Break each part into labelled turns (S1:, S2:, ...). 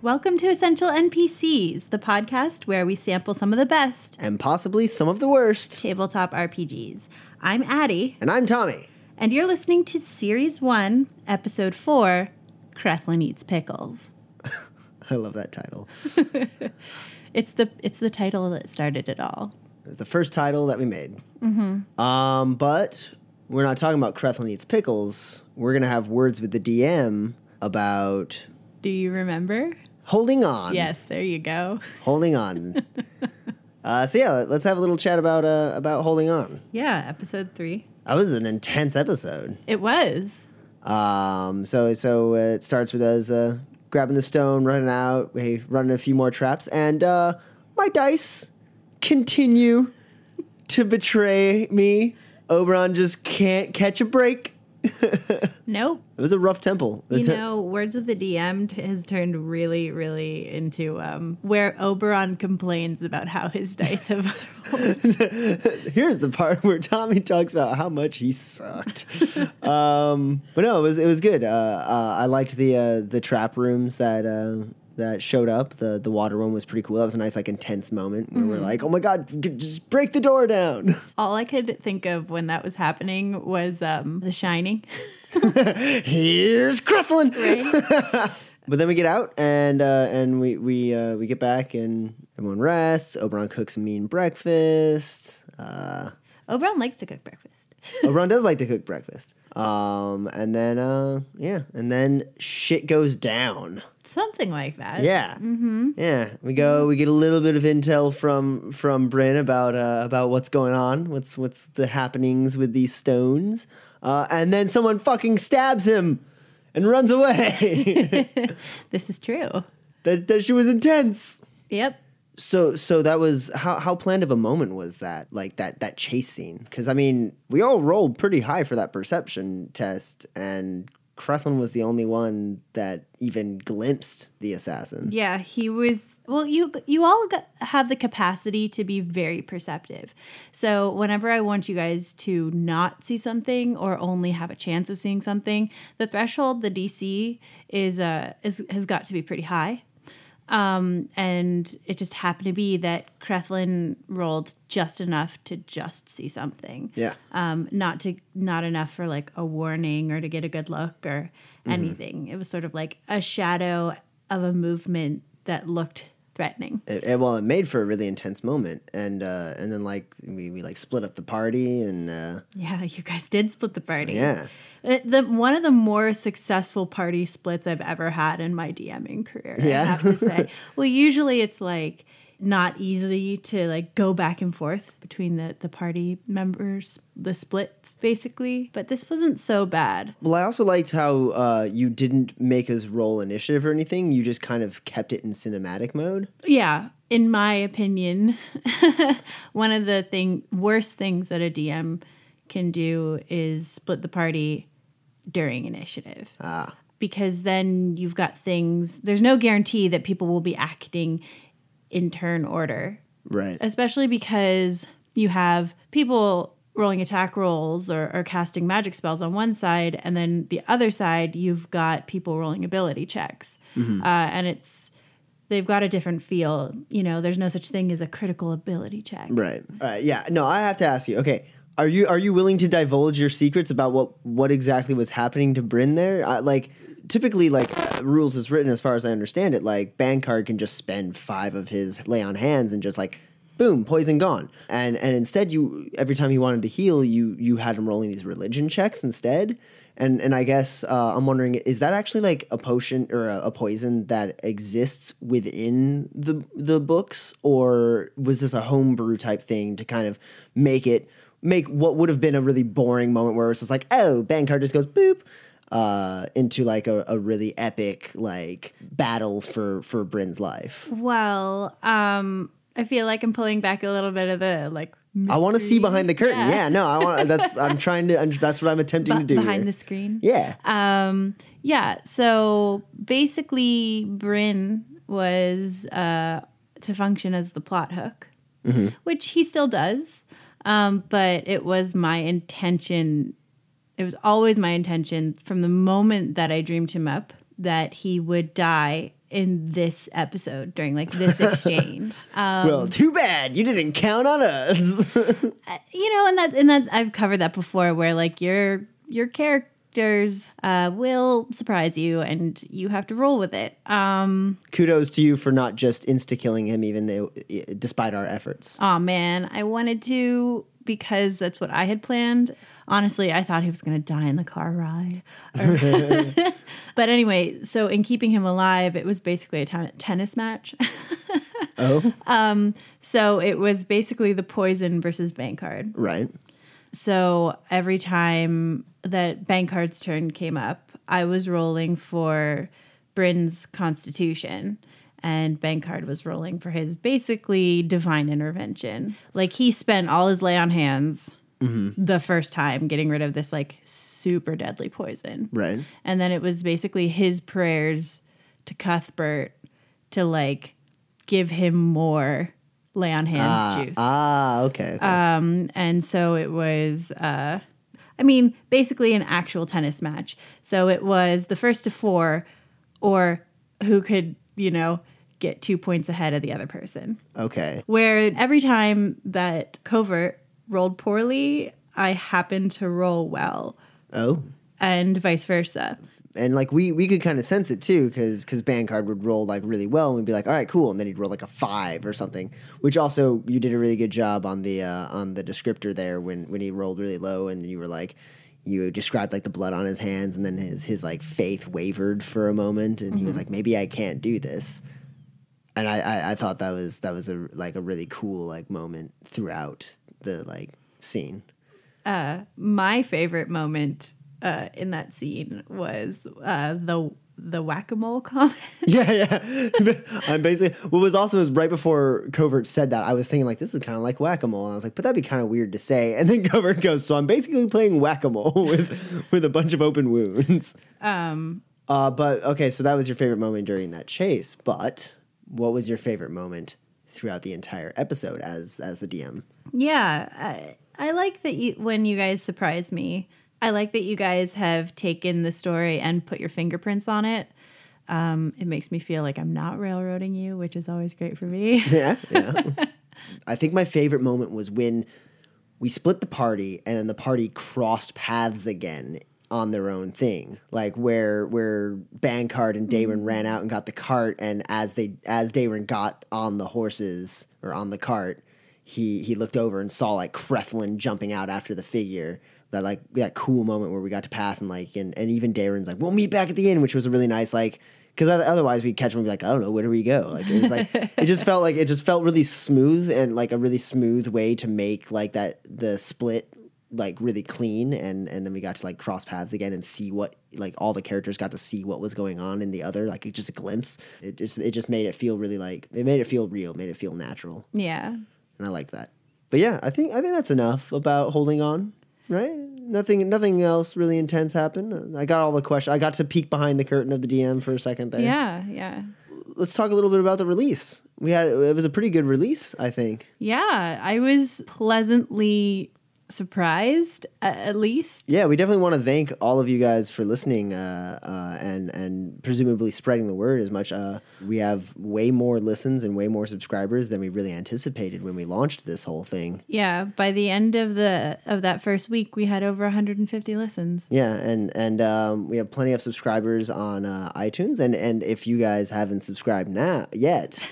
S1: Welcome to Essential NPCs, the podcast where we sample some of the best
S2: and possibly some of the worst.
S1: tabletop RPGs. I'm Addie,
S2: And I'm Tommy.
S1: and you're listening to Series 1, Episode 4 Creflin Eats Pickles.
S2: I love that title.
S1: It's the, it's the title that started it all.
S2: It's the first title that we made. Mm-hmm. Um, but we're not talking about Creflin eats pickles. We're gonna have words with the DM about
S1: Do you remember?
S2: holding on.
S1: Yes, there you go.
S2: holding on. uh, so yeah, let's have a little chat about uh, about holding on.
S1: Yeah, Episode 3.
S2: That was an intense episode.
S1: It was.
S2: Um, so so uh, it starts with us uh, grabbing the stone, running out, we running a few more traps, and uh, my dice continue to betray me. Oberon just can't catch a break.
S1: Nope.
S2: It was a rough temple.
S1: You know, Words with the DM t- has turned really, really into um, where Oberon complains about how his dice have.
S2: Here's the part where Tommy talks about how much he sucked. um, but no, it was it was good. Uh, uh, I liked the uh, the trap rooms that uh, that showed up. the The water one was pretty cool. That was a nice like intense moment where we're like, oh my god, g- just break the door down.
S1: all I could think of when that was happening was um, The Shining.
S2: Here's Creflin.
S1: Right?
S2: But then we get out and uh, and we we uh, we get back and everyone rests. Oberon cooks a mean breakfast. Uh,
S1: Oberon likes to cook breakfast.
S2: Oberon does like to cook breakfast. Um, and then uh, yeah, and then shit goes down.
S1: Something like that.
S2: Yeah, mm-hmm. yeah. We go. We get a little bit of intel from from Bryn about uh, about what's going on. What's what's the happenings with these stones? Uh, and then someone fucking stabs him and runs away.
S1: This is true.
S2: that that she was intense.
S1: Yep.
S2: So so that was how how planned of a moment was that like that that chase scene because I mean we all rolled pretty high for that perception test and Creflin was the only one that even glimpsed the assassin.
S1: Yeah, he was. Well, you you all got, have the capacity to be very perceptive. So whenever I want you guys to not see something or only have a chance of seeing something, the threshold, the DC, is uh is has got to be pretty high. Um, and it just happened to be that Creflin rolled just enough to just see something.
S2: Yeah.
S1: um, not to not enough for like a warning or to get a good look or
S2: Mm-hmm.
S1: anything. It was sort of like a shadow of a movement that looked threatening.
S2: It, it- well, it made for a really intense moment, and uh, and then like we, we like split up the party, and uh,
S1: Yeah, you guys did split the party.
S2: yeah,
S1: It- Uh, the one of the more successful party splits I've ever had in my DMing career. I
S2: Yeah.
S1: have to say. well, usually it's like not easy to like go back and forth between the the party members, the splits basically. But this wasn't so bad.
S2: Well, I also liked how uh, you didn't make us roll initiative or anything. You just kind of kept it in cinematic mode.
S1: yeah in my opinion one of the thing worst things that a dm can do is split the party during initiative
S2: Ah,
S1: because then you've got things there's no guarantee that people will be acting in turn order
S2: right.
S1: especially because you have people rolling attack rolls or, or casting magic spells on one side, and then the other side, you've got people rolling ability checks.
S2: Mm-hmm.
S1: Uh, and it's they've got a different feel. You know, there's no such thing as a critical ability check.
S2: Right. All right. Yeah. No, I have to ask you. Okay. Are you are you willing to divulge your secrets about what what exactly was happening to Bryn there? Uh, like typically, like uh, rules is written as far as I understand it. Like Bankard can just spend five of his lay on hands and just like boom, poison gone. And and instead, you every time he wanted to heal, you you had him rolling these religion checks instead. And and I guess uh, I'm wondering, is that actually like a potion or a, a poison that exists within the the books, or was this a homebrew type thing to kind of make it make what would have been a really boring moment where it's just like, oh, Bankard just goes boop. Uh, into like a, a really epic like battle for for Bryn's life.
S1: Well, um, I feel like I'm pulling back a little bit of the like.
S2: I want to see
S1: mystery.
S2: behind the curtain. Yeah,
S1: Yeah.
S2: no, I want. That's I'm trying to. I'm, that's what I'm attempting
S1: Be-
S2: to do.
S1: behind
S2: here.
S1: the screen.
S2: Yeah.
S1: Um, yeah. So basically, Bryn was uh, to function as the plot hook, which he still does. Um, but it was my intention. It was always my intention from the moment that I dreamed him up that he would die in this episode during like this exchange. Um,
S2: well, too bad you didn't count on us.
S1: you know, and that and that I've covered that before, where like your your characters uh, will surprise you, and you have to roll with it. Um,
S2: Kudos to you for not just insta killing him, even though, despite our efforts.
S1: oh man, I wanted to because that's what I had planned. Honestly, I thought he was going to die in the car ride. Or- but anyway, so in keeping him alive, it was basically a ten- tennis match.
S2: Oh,
S1: so it was basically the poison versus bank card.
S2: right.
S1: So every time that Bankard's turn came up, I was rolling for Bryn's constitution. And Bankard was rolling for his basically divine intervention. Like he spent all his lay on hands
S2: Mm-hmm.
S1: the first time getting rid of this like super deadly poison.
S2: Right.
S1: And then it was basically his prayers to Cuthbert to like give him more lay on hands
S2: Ah,
S1: juice.
S2: ah, okay. okay.
S1: Um, and so it was, uh, I mean, basically an actual tennis match. So it was the first to four, or who could, you know, get two points ahead of the other person.
S2: okay.
S1: Where every time that covert rolled poorly, I happened to roll well,
S2: Oh,
S1: and vice versa.
S2: and like we we could kind of sense it too, because because Bankard would roll like really well, and we'd be like, all right, cool, and then he'd roll like a five or something. Which also, you did a really good job on the uh, on the descriptor there when when he rolled really low, and you were like. You described like the blood on his hands, and then his his like faith wavered for a moment, and he was like, "Maybe I can't do this." and I, I I thought that was that was a like a really cool like moment throughout the like scene.
S1: My favorite moment uh, in that scene was uh, the the whack a mole comment.
S2: Yeah, yeah. I'm basically what was awesome is right before Covert said that, I was thinking like this is kind of like whack a mole, and I was like, but that'd be kind of weird to say. And then Covert goes, so I'm basically playing whack a mole with with a bunch of open wounds. Um. Uh, but okay, so that was your favorite moment during that chase. But what was your favorite moment throughout the entire episode as as the DM?
S1: Yeah, I, I like that you when you guys surprise me. I like that you guys have taken the story and put your fingerprints on it. Um, it makes me feel like I'm not railroading you, which is always great for me.
S2: yeah, yeah. I think my favorite moment was when we split the party and then the party crossed paths again on their own thing. Like where where Bankard and Dayron ran out and got the cart and as they as Dayron got on the horses or on the cart, he he looked over and saw like Creflin jumping out after the figure. That like that cool moment where we got to pass and like and, and even Darren's like we'll meet back at the inn, which was a really nice like because otherwise we would catch him and be like I don't know where do we go like it was like it just felt like it just felt really smooth and like a really smooth way to make like that the split like really clean and and then we got to like cross paths again and see what like all the characters got to see what was going on in the other like it just a glimpse it just it just made it feel really like it made it feel real made it feel natural
S1: yeah.
S2: and I like that. But yeah, I think I think that's enough about holding on, right? Nothing nothing else really intense happened. I got all the questions. I got to peek behind the curtain of the DM for a second there.
S1: Yeah, yeah.
S2: Let's talk a little bit about the release. We had it was a pretty good release, I think.
S1: Yeah, I was pleasantly surprised a- at least.
S2: Yeah, we definitely want to thank all of you guys for listening uh, uh, and and presumably spreading the word as much. Uh, we have way more listens and way more subscribers than we really anticipated when we launched this whole thing.
S1: Yeah, by the end of the of that first week, we had over 150 listens.
S2: Yeah, and and um, we have plenty of subscribers on uh, iTunes, and and if you guys haven't subscribed now yet,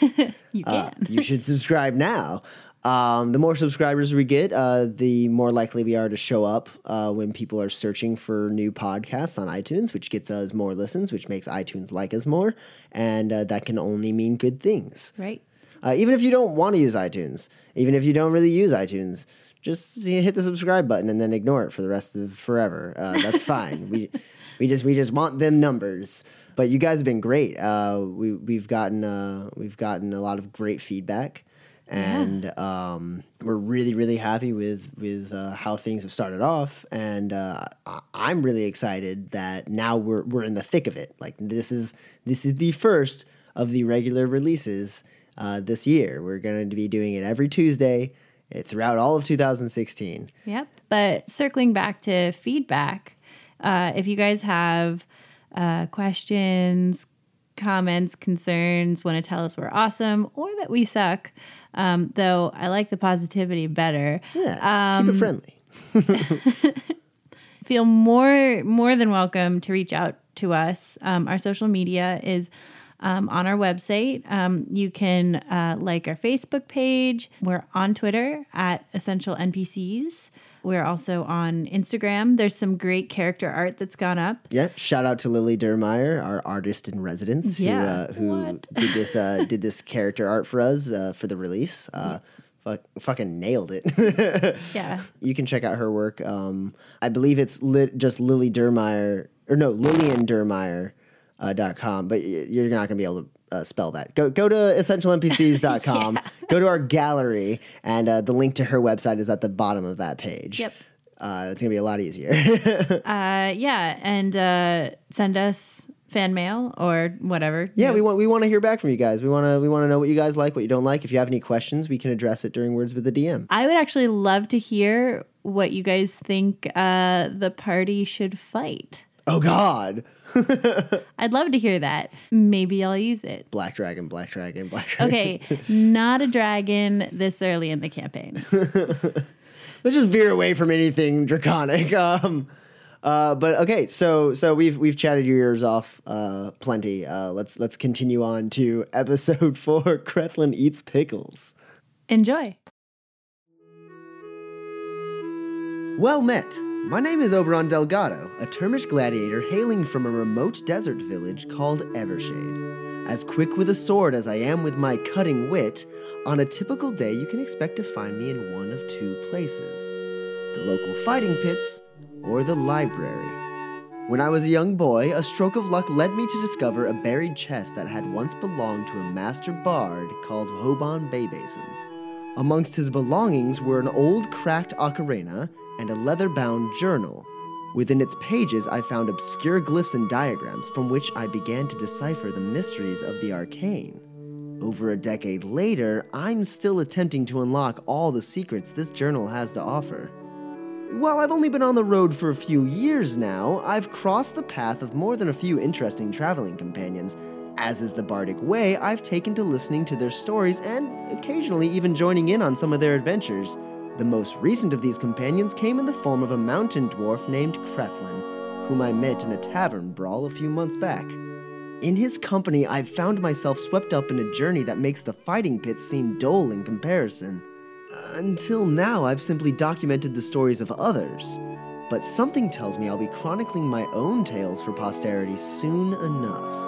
S1: You
S2: uh,
S1: can.
S2: you should subscribe now. Um, the more subscribers we get, uh, the more likely we are to show up uh, when people are searching for new podcasts on iTunes, which gets us more listens, which makes iTunes like us more, and uh, that can only mean good things.
S1: right?
S2: Uh, even if you don't want to use iTunes, even if you don't really use iTunes, just see- hit the subscribe button and then ignore it for the rest of forever. Uh, that's fine. we we just we just want them numbers. But you guys have been great. Uh, we we've gotten uh, we've gotten a lot of great feedback, and um, we're really really happy with with uh, how things have started off and uh, I- i'm really excited that now we're we're in the thick of it like this is this is the first of the regular releases uh, this year we're going to be doing it every tuesday uh, throughout all of 2016
S1: Yep. But circling back to feedback, uh, if you guys have uh, questions, comments, concerns, want to tell us we're awesome or that we suck, um, though I like the positivity better,
S2: yeah keep it friendly
S1: feel more more than welcome to reach out to us. Um, our social media is um, on our website. Um, you can uh, like our Facebook page. We're on Twitter at Essential NPCs. We're also on Instagram. There's some great character art that's gone up.
S2: Yeah, shout out to Lily Dermeyer, our artist in residence,
S1: Yeah,
S2: who uh, who
S1: what?
S2: did this uh, did this character art for us uh, for the release. Uh, fuck, fucking nailed it.
S1: Yeah.
S2: you can check out her work. Um, I believe it's lit, just Lily Dermeyer or no Lillian Dermeyer uh, dot com, but y- you're not gonna be able to. Uh, spell that. Go go to essentialnpcs.com. Go to our gallery, and uh, the link to her website is at the bottom of that page.
S1: Yep.
S2: Uh, it's gonna be a lot easier.
S1: Uh, yeah. And uh, send us fan mail or whatever.
S2: Yeah, we want we want to hear back from you guys. We want to we want to know what you guys like, what you don't like. If you have any questions, we can address it during Words with the DM.
S1: I would actually love to hear what you guys think uh, the party should fight.
S2: Oh God,
S1: I'd love to hear that. Maybe I'll use it.
S2: Black Dragon, Black Dragon, Black Dragon.
S1: Okay, not a dragon this early in the campaign.
S2: let's just veer away from anything draconic. Um, uh, but okay, so so we've we've chatted your ears off uh, plenty. Uh, let's let's continue on to episode four. Kretlin eats pickles.
S1: Enjoy.
S2: Well met! My name is Oberon Delgado, a Termish gladiator hailing from a remote desert village called Evershade. As quick with a sword as I am with my cutting wit, on a typical day you can expect to find me in one of two places the local fighting pits or the library. When I was a young boy, a stroke of luck led me to discover a buried chest that had once belonged to a master bard called Hoban Baybason. Amongst his belongings were an old cracked ocarina and a leather bound journal. Within its pages, I found obscure glyphs and diagrams from which I began to decipher the mysteries of the arcane. Over a decade later, I'm still attempting to unlock all the secrets this journal has to offer. While I've only been on the road for a few years now, I've crossed the path of more than a few interesting traveling companions. As is the Bardic way, I've taken to listening to their stories and occasionally even joining in on some of their adventures. The most recent of these companions came in the form of a mountain dwarf named Krethlin, whom I met in a tavern brawl a few months back. In his company, I've found myself swept up in a journey that makes the fighting pits seem dull in comparison. Until now, I've simply documented the stories of others, but something tells me I'll be chronicling my own tales for posterity soon enough.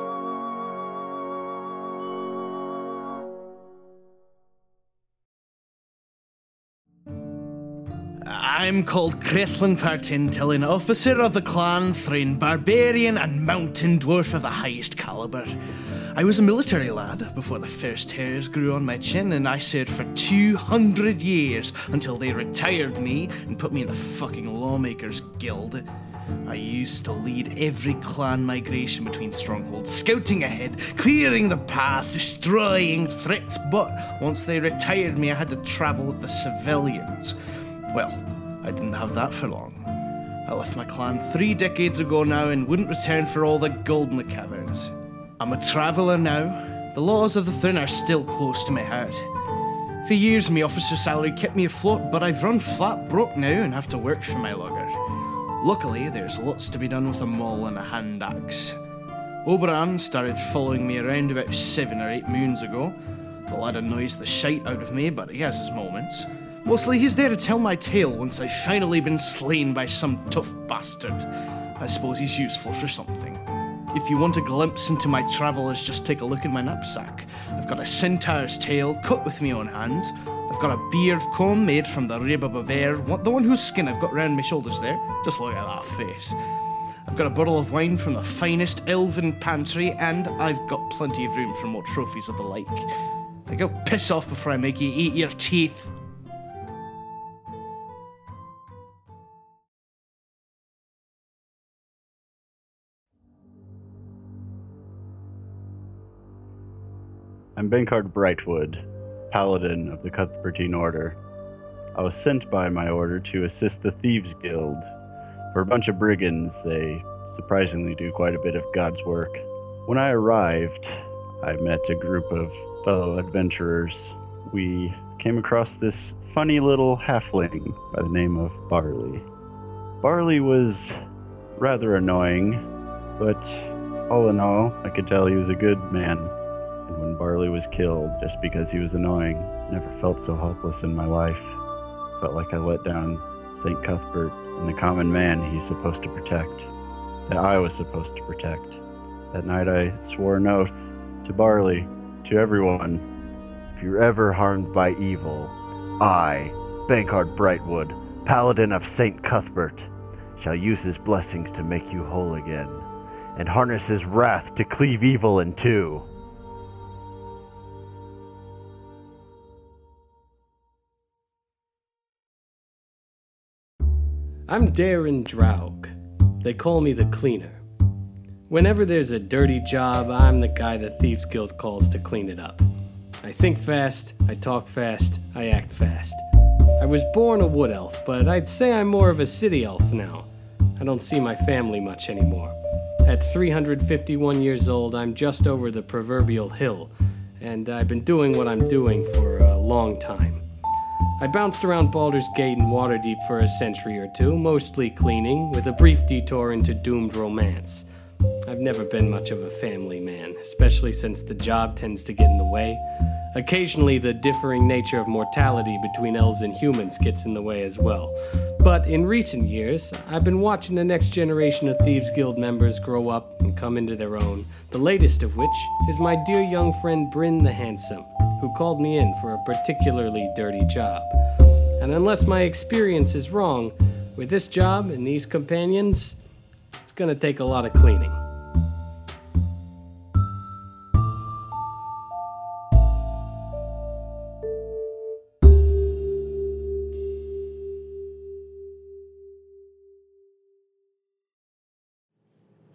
S3: I'm called Crethlin Partintel, an officer of the clan Thrain, barbarian and mountain dwarf of the highest caliber. I was a military lad before the first hairs grew on my chin, and I served for 200 years until they retired me and put me in the fucking Lawmakers Guild. I used to lead every clan migration between strongholds, scouting ahead, clearing the path, destroying threats, but once they retired me, I had to travel with the civilians. Well, I didn't have that for long. I left my clan three decades ago now and wouldn't return for all the gold in the caverns. I'm a traveller now. The laws of the Thin are still close to my heart. For years, my officer salary kept me afloat, but I've run flat broke now and have to work for my logger. Luckily, there's lots to be done with a maul and a hand axe. Oberon started following me around about seven or eight moons ago. The lad annoys the shite out of me, but he has his moments. Mostly he's there to tell my tale once I've finally been slain by some tough bastard. I suppose he's useful for something. If you want a glimpse into my travels, just take a look in my knapsack. I've got a centaur's tail cut with my own hands. I've got a beard comb made from the rib of a bear, one- the one whose skin I've got round my shoulders there. Just look at that face. I've got a bottle of wine from the finest elven pantry, and I've got plenty of room for more trophies of the like. Now go piss off before I make you eat your teeth.
S4: I'm Benkard Brightwood, Paladin of the Cuthbertine Order. I was sent by my order to assist the Thieves Guild. For a bunch of brigands, they surprisingly do quite a bit of God's work. When I arrived, I met a group of fellow adventurers. We came across this funny little halfling by the name of Barley. Barley was rather annoying, but all in all, I could tell he was a good man and when Barley was killed just because he was annoying, never felt so helpless in my life. Felt like I let down St. Cuthbert and the common man he's supposed to protect, that I was supposed to protect. That night I swore an oath to Barley, to everyone. If you're ever harmed by evil, I, Bankard Brightwood, Paladin of St. Cuthbert, shall use his blessings to make you whole again, and harness his wrath to cleave evil in two.
S5: I'm Darren Draug. They call me the cleaner. Whenever there's a dirty job, I'm the guy the Thieves Guild calls to clean it up. I think fast, I talk fast, I act fast. I was born a wood elf, but I'd say I'm more of a city elf now. I don't see my family much anymore. At 351 years old, I'm just over the proverbial hill, and I've been doing what I'm doing for a long time. I bounced around Baldur's Gate and Waterdeep for a century or two, mostly cleaning, with a brief detour into doomed romance. I've never been much of a family man, especially since the job tends to get in the way. Occasionally, the differing nature of mortality between elves and humans gets in the way as well. But in recent years, I've been watching the next generation of Thieves Guild members grow up and come into their own, the latest of which is my dear young friend Bryn the Handsome, who called me in for a particularly dirty job. And unless my experience is wrong, with this job and these companions, it's gonna take a lot of cleaning.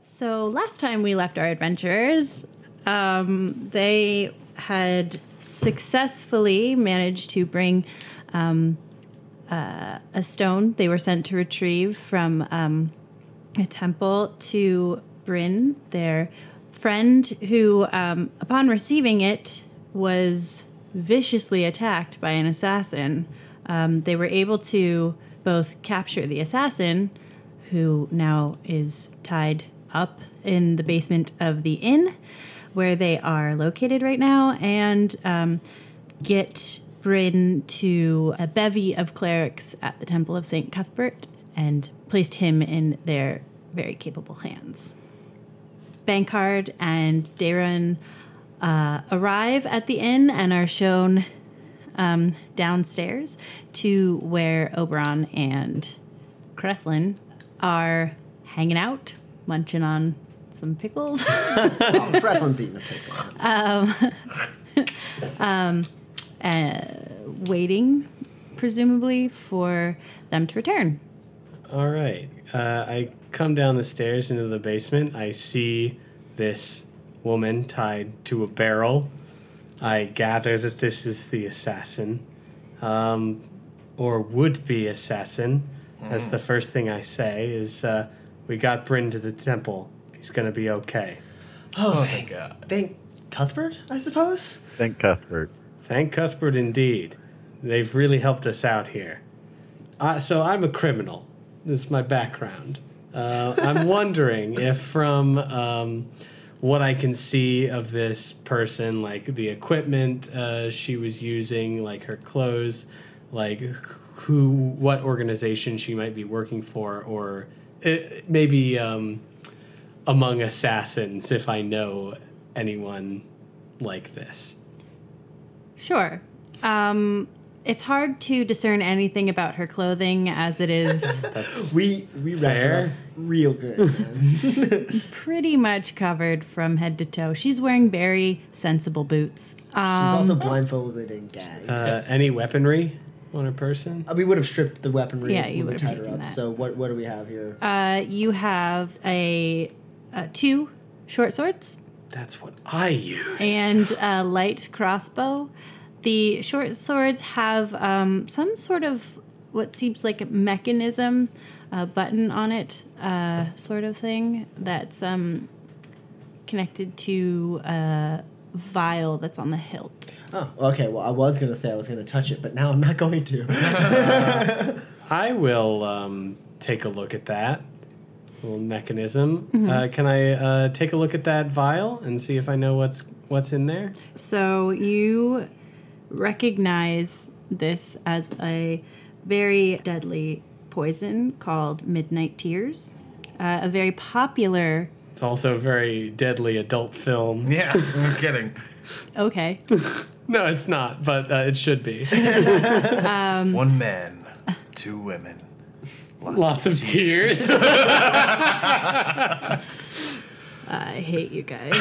S1: So last time we left our adventurers, um, they had successfully managed to bring um, uh, a stone they were sent to retrieve from um, a temple to Bryn, their friend, who, um, upon receiving it, was viciously attacked by an assassin. Um, they were able to both capture the assassin, who now is tied up in the basement of the inn where they are located right now, and um, get Bryn to a bevy of clerics at the Temple of St. Cuthbert and placed him in their very capable hands. Bankard and Darren uh, arrive at the inn and are shown um, downstairs to where Oberon and Crethlin are hanging out, munching on some pickles.
S6: Oh, Frathlin's eating a pickle.
S2: Oh,
S1: waiting, presumably, for them to return.
S5: All right. Uh, I come down the stairs into the basement. I see this woman tied to a barrel. I gather that this is the assassin, um, or would be assassin. That's the first thing I say. Is uh, we got Bryn to the temple. He's gonna be okay.
S6: Oh, thank, thank Cuthbert, I suppose.
S4: Thank Cuthbert.
S5: Thank Cuthbert, indeed. They've really helped us out here. Uh, so I'm a criminal. That's my background. Uh, I'm wondering if, from um, what I can see of this person, like the equipment uh, she was using, like her clothes, like who, what organization she might be working for, or uh, maybe um, among assassins, if I know anyone like this.
S1: Sure. Um, It's hard to discern anything about her clothing as it is
S2: We we wrapped it up
S5: Fair.
S2: real good.
S1: pretty much covered from head to toe. She's wearing very sensible boots. Um,
S2: She's also blindfolded and gagged.
S5: Uh, Any weaponry on her person?
S2: Uh, we would have stripped the weaponry.
S1: Yeah,
S2: when
S1: you
S2: we
S1: would have
S2: tied her
S1: taken
S2: up.
S1: that.
S2: So what what do we have here?
S1: uh, you have a, uh two short swords
S5: That's what I use.
S1: and a light crossbow. The short swords have um, some sort of what seems like a mechanism, a button on it, uh, sort of thing that's um, connected to a vial that's on the hilt.
S2: oh, okay. Well, I was gonna say I was gonna touch it, but now I'm not going to.
S5: I will um, take a look at that little mechanism. Uh, can I uh, take a look at that vial and see if I know what's what's in there?
S1: So you recognize this as a very deadly poison called Midnight Tears, uh, a very popular.
S5: It's also a very deadly adult film.
S3: Yeah, no kidding.
S1: Okay.
S5: No, it's not, but uh, it should be.
S3: One man, two women.
S5: Lots of tears.
S1: I hate you guys.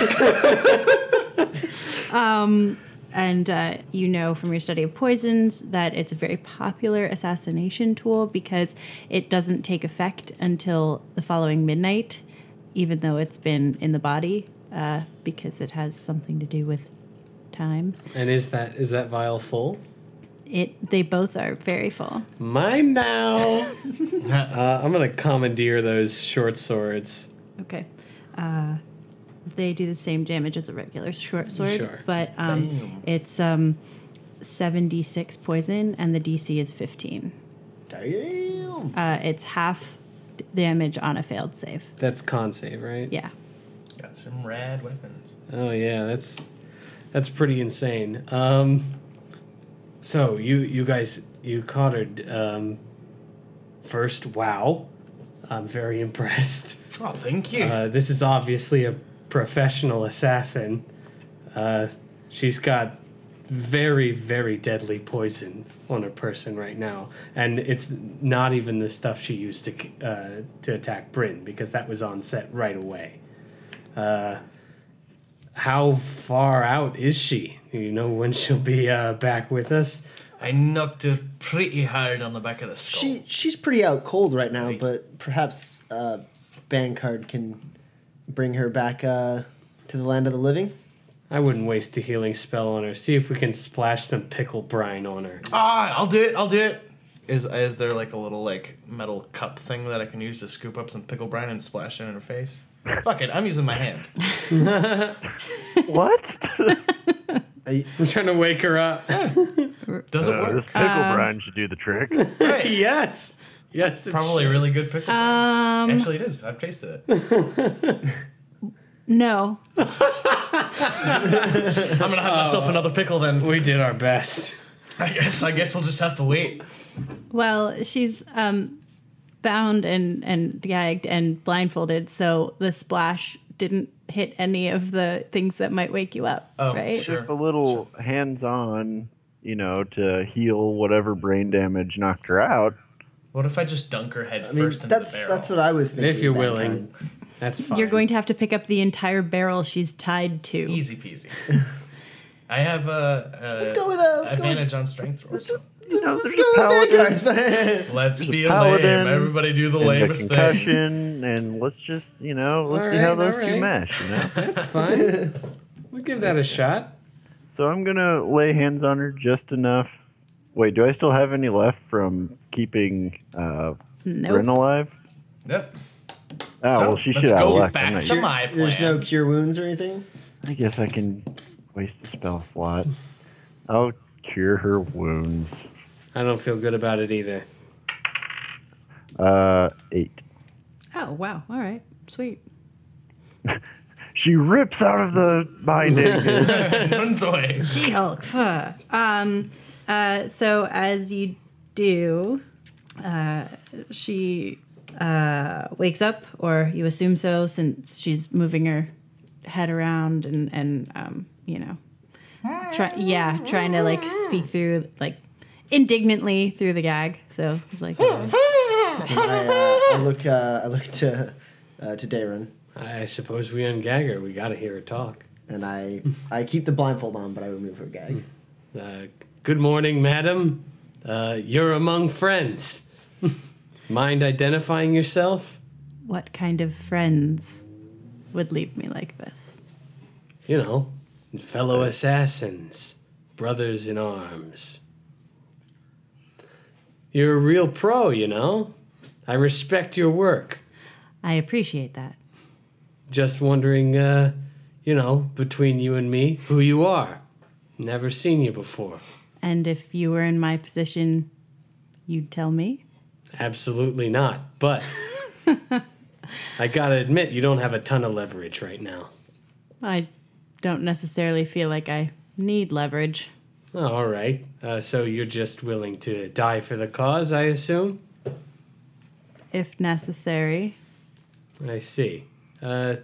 S1: um, and uh, you know from your study of poisons that it's a very popular assassination tool because it doesn't take effect until the following midnight, even though it's been in the body, uh, because it has something to do with time.
S5: and is that is that vial full?
S1: It they both are very full.
S5: Mine now. uh, I'm gonna commandeer those short swords.
S1: Okay. Uh, they do the same damage as a regular short sword,
S5: Sure.
S1: but um, it's um, 76 poison and the DC is 15.
S2: Damn.
S1: Uh, it's half d- damage on a failed save.
S5: That's con save, right?
S1: Yeah.
S3: Got some rad weapons.
S5: Oh yeah, that's that's pretty insane. Um, so you you guys you caught her um, first. Wow, I'm very impressed.
S3: Oh, thank you.
S5: Uh, this is obviously a professional assassin. Uh, she's got very very deadly poison on her person right now, and it's not even the stuff she used to k- uh, to attack Bryn because that was on set right away. Uh, how far out is she? Do you know when she'll be uh, back with us?
S3: I knocked her pretty hard on the back of the skull.
S2: She she's pretty out cold right now, but perhaps uh, Bankard can bring her back uh, to the land of the living.
S5: I wouldn't waste a healing spell on her. See if we can splash some pickle brine on her.
S3: Ah, I'll do it. I'll do it. Is is there like a little like metal cup thing that I can use to scoop up some pickle brine and splash it in her face? Fuck it, I'm using my hand.
S4: What?
S5: I'm trying to wake her up.
S3: Does it
S4: Uh, this
S3: work?
S4: pickle
S5: Uh,
S4: brine should do the trick.
S3: Right.
S5: yes. Yes. it
S3: Probably really good pickle.
S1: Um,
S3: Actually, it is. I've tasted it.
S1: no.
S3: I'm gonna have myself another pickle then.
S5: Oh. We did our best.
S3: I guess. I guess we'll just have to wait.
S1: Well, she's um, bound and, and gagged and blindfolded, so the splash didn't hit any of the things that might wake you up.
S3: Oh,
S1: right?
S3: sure.
S4: A little hands-on, you know, to heal whatever brain damage knocked her out.
S3: What if I just dunk her head
S2: I mean,
S3: first into the
S2: that's
S3: barrel?
S2: that's what I was thinking.
S5: If you're
S2: Bankard.
S5: willing, that's fine.
S1: You're going to have to pick up the entire barrel she's tied to.
S3: Easy peasy. I have a, a
S2: Let's go with a. Let's go. With,
S3: advantage on strength rolls. Let's,
S4: You know,
S2: let's
S4: there's
S2: go
S4: a
S2: with
S4: paladin
S2: Bankard's plan.
S3: be a
S4: a
S3: lame.
S4: paladin
S3: Everybody do the
S4: and a
S3: lamest thing.
S4: concussion, and let's just, you know, let's
S5: All
S4: see how
S5: right, all
S4: those two
S5: right.
S4: mesh. You know.
S5: That's fine. we'll give that a shot.
S4: So I'm gonna lay hands on her just enough. Wait, do I still have any left from keeping uh, Brynn
S1: Nope.
S4: alive?
S3: Yep.
S4: Oh
S3: So,
S4: well, she
S3: let's
S4: should have
S3: go
S4: left.
S3: back
S4: I'm not
S3: to my plan.
S2: There's no cure wounds or anything.
S4: I guess I can waste a spell slot. I'll cure her wounds.
S5: I don't feel good about it either.
S4: Uh, eight.
S1: Oh, wow. All right. Sweet.
S4: She rips out of the binding.
S3: Nuns away.
S1: She Hulk. um, uh, so as you do, uh, she uh, wakes up, or you assume so, since she's moving her head around and and um, you know, try, yeah, trying to like speak through like indignantly through the gag. So it was like, uh,
S2: I, uh, I look. Uh, I look to uh, to Darren,
S5: I suppose we ungag her. We gotta hear her talk.
S2: and I I keep the blindfold on, but I remove her gag.
S5: Uh, good morning, madam. Uh, you're among friends. Mind identifying yourself?
S1: what kind of friends would leave me like this?
S5: You know, fellow assassins, brothers in arms. You're a real pro, you know? I respect your work.
S1: I appreciate that.
S5: Just wondering, uh, you know, between you and me, who you are. Never seen you before.
S1: And if you were in my position, you'd tell me.
S5: Absolutely not. But I gotta admit, you don't have a ton of leverage right now.
S1: I don't necessarily feel like I need leverage.
S5: Oh, all right. Uh, so you're just willing to die for the cause, I assume?
S1: If necessary,
S5: I see. Uh,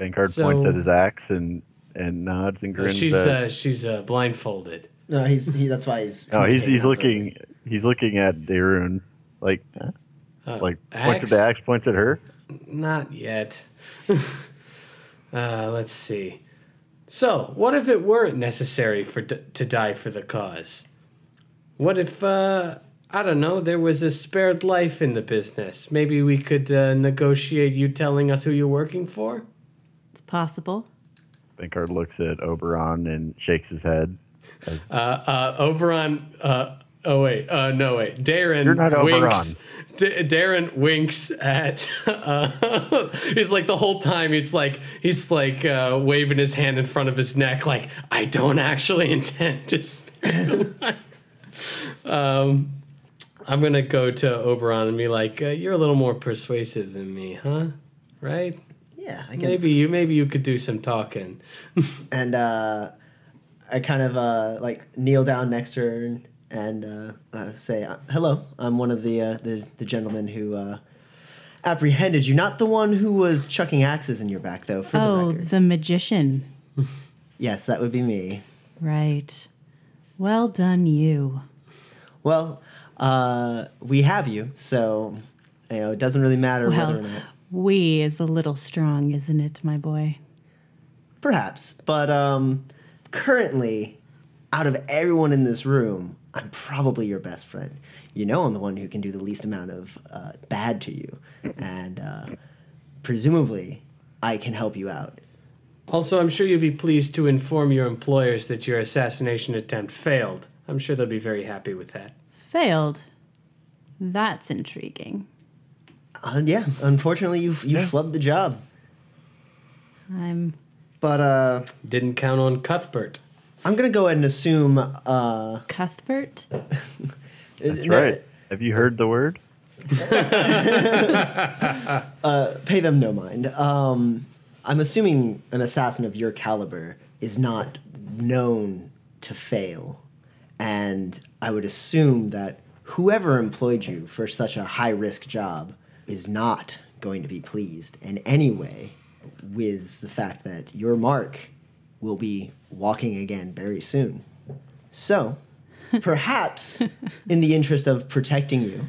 S4: Bankard
S5: So-
S4: points at his axe and, and nods and grins.
S5: she's
S4: at-
S5: uh, she's uh, blindfolded.
S2: No, he's he, that's why he's.
S4: no, Oh, he's he's
S2: communicating
S4: looking he's looking at Darun, like huh?
S5: Uh,
S4: like points at the axe, points at her.
S5: Not yet. uh, let's see. So, what if it weren't necessary for d- to die for the cause? What if uh, I don't know? There was a spared life in the business. Maybe we could uh, negotiate you telling us who you're working for.
S1: it's possible.
S4: Bankard looks at Oberon and shakes his head.
S5: Uh, Oberon. Uh, oh wait. Uh, no wait. Darren.
S4: You're not
S5: winks. D- Darren winks at. Uh, he's like the whole time. He's like he's like uh, waving his hand in front of his neck, like I don't actually intend to. spare your life." um, I'm gonna go to Oberon and be like, uh, "You're a little more persuasive than me, huh? Right?
S2: it. Yeah, I can.
S5: Maybe you maybe you could do some talking."
S2: And uh, I kind of uh, like kneel down next to her and, and uh, uh, say, uh, "Hello, I'm one of the uh, the, the gentlemen who." Uh, Apprehended you, not the one who was chucking axes in your back, though. For the
S1: Oh,
S2: record,
S1: the magician.
S2: yes, that would be me.
S1: Right. Well done, you.
S2: Well, uh, we have you, so you know it doesn't really matter whether or
S1: Well,
S2: not.
S1: we is a little strong, isn't it, my boy?
S2: Perhaps, but um, currently, out of everyone in this room, I'm probably your best friend. You know, I'm the one who can do the least amount of uh, bad to you, and uh, presumably, I can help you out.
S5: Also, I'm sure you'll be pleased to inform your employers that your assassination attempt failed. I'm sure they'll be very happy with that.
S1: Failed. That's intriguing.
S2: Uh, yeah, unfortunately, you you flubbed the job,
S1: I'm
S2: but uh,
S5: Didn't count on Cuthbert.
S2: I'm gonna go ahead and assume. Uh,
S1: Cuthbert.
S4: That's right. Have you heard the word?
S2: pay them no mind. Um, I'm assuming an assassin of your caliber is not known to fail, and I would assume that whoever employed you for such a high risk job is not going to be pleased in any way with the fact that your mark will be walking again very soon. So, perhaps in the interest of protecting you,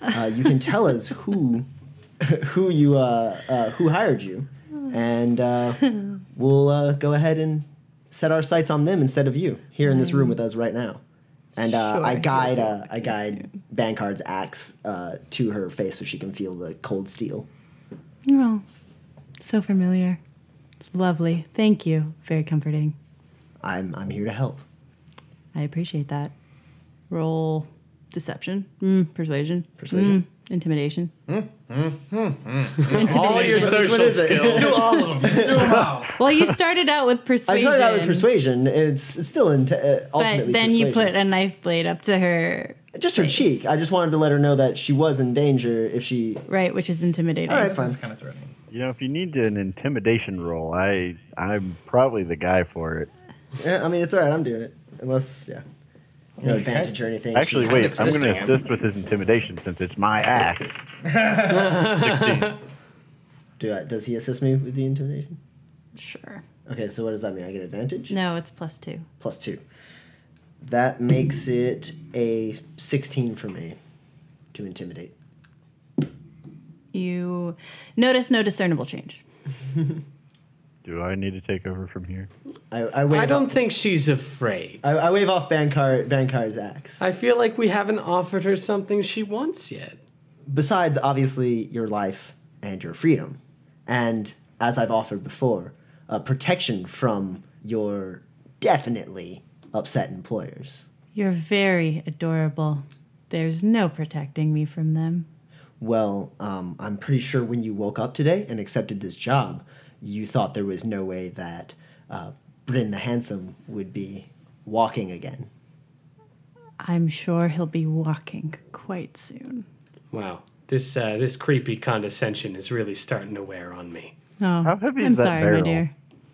S2: uh, you can tell us who who you uh, uh, who hired you, and uh, we'll uh, go ahead and set our sights on them instead of you here in this room with us right now. And uh, I
S1: Sure.
S2: guide uh, I guide Bankard's axe uh, to her face so she can feel the cold steel.
S1: Oh, so familiar. It's lovely. Thank you. Very comforting.
S2: I'm I'm here to help.
S1: I appreciate that. Roll deception, mm, persuasion, persuasion, intimidation.
S5: All your social skills.
S3: Do all of them. Do them all.
S1: Well, you started out with
S2: I
S1: persuasion.
S2: started out with persuasion. It's, it's still in t- uh,
S1: But
S2: ultimately
S1: then you put
S2: persuasion.
S1: a knife blade up to her,
S2: just her cheek. I just wanted to let her know that she was in danger if she.
S1: right, which is intimidating.
S2: All right, fine.
S3: That's kind of threatening.
S4: You know, if you need an intimidation roll, I I'm probably the guy for it.
S2: Yeah, I mean, it's all right. I'm doing it. Unless, yeah, no advantage or anything.
S4: Actually,
S2: She-
S4: wait, I'm going to
S3: assisting him.
S4: assist with his intimidation since it's my axe.
S2: do I, does he assist me with the intimidation?
S1: Sure.
S2: Okay, so what does that mean? I get advantage
S1: No, it's plus two.
S2: plus two. That makes it a 16 for me to intimidate.
S1: You notice no discernible change.
S4: Do I need to take over from here?
S2: I, I wave.
S5: I don't
S2: Off,
S5: think she's afraid.
S2: I, I wave off Bankar Bankar's axe.
S5: I feel like we haven't offered her something she wants yet.
S2: Besides, obviously, your life and your freedom, and as I've offered before, uh, protection from your definitely upset employers.
S1: You're very adorable. There's no protecting me from them.
S2: Well, um, I'm pretty sure when you woke up today and accepted this job, you thought there was no way that uh, Bryn the Handsome would be walking again.
S1: I'm sure he'll be walking quite soon.
S5: Wow, this uh, this creepy condescension is really starting to wear on me.
S1: Oh,
S4: How heavy is
S1: I'm
S4: that
S1: sorry, my
S4: barrel?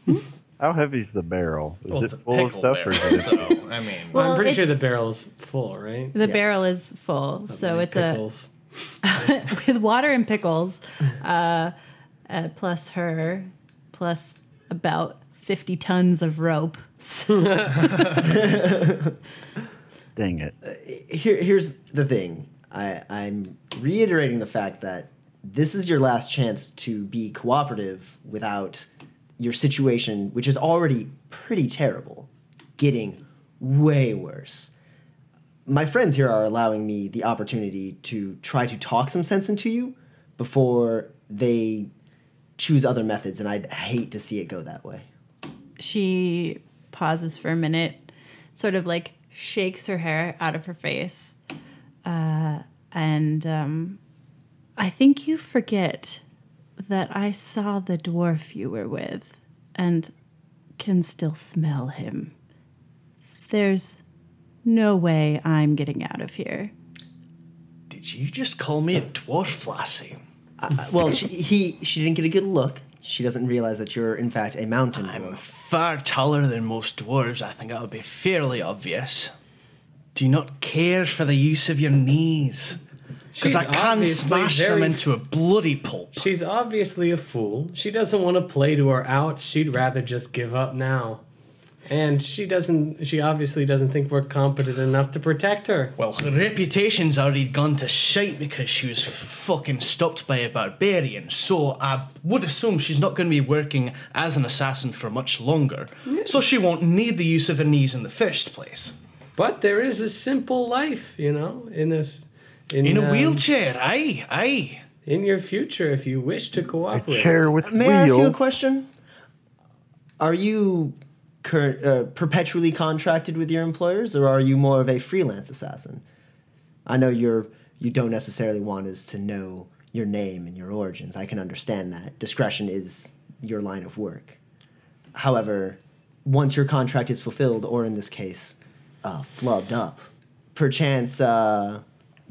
S1: dear.
S4: How heavy's the barrel? Is
S7: Well,
S4: it
S7: it's a
S4: full of
S7: pickle
S4: stuff or
S7: barrel,
S4: is it
S7: so I mean,
S1: Well,
S5: I'm pretty sure the
S1: it's-
S5: barrel's full, right?
S1: The barrel is full, so it's
S5: Pickles.
S1: a with water and pickles, uh, uh, plus her, plus about fifty tons of rope.
S4: dang it?
S2: Here, here's the thing. I, I'm reiterating the fact that this is your last chance to be cooperative without your situation, which is already pretty terrible, getting way worse. my friends here are allowing me the opportunity to try to talk some sense into you before they choose other methods, and I'd hate to see it go that way.
S1: She pauses for a minute, sort of like shakes her hair out of her face. Uh, and um, I think you forget that I saw the dwarf you were with and can still smell him. There's no way I'm getting out of here.
S3: Did you just call me a dwarf, lassie?
S2: Uh, Well, she, he she didn't get a good look. She doesn't realize that you're in fact a mountain dwarf.
S3: Far taller than most dwarves, I think that would be fairly obvious. Do you not care for the use of your knees? Because
S5: She's
S3: I can
S5: obviously
S3: smash
S5: very-
S3: them into a bloody pulp.
S5: She's obviously a fool. She doesn't want to play to her out. She'd rather just give up now. And she doesn't. She obviously doesn't think we're competent enough to protect her.
S3: Well, her reputation's already gone to shite because she was fucking stopped by a barbarian, so I would assume she's not going to be working as an assassin for much longer, so she won't need the use of her knees in the first place.
S5: But there is a simple life, you know, in a in,
S3: In a
S5: um,
S3: wheelchair, aye, aye.
S5: in your future if you wish to cooperate.
S4: Chair with
S2: May I
S4: wheels.
S2: ask you a question? Are you cur- uh, perpetually contracted with your employers, or are you more of a freelance assassin? I know you're you don't necessarily want us to know your name and your origins. I can understand that discretion is your line of work. However, once your contract is fulfilled, or in this case, uh, flubbed up, perchance uh,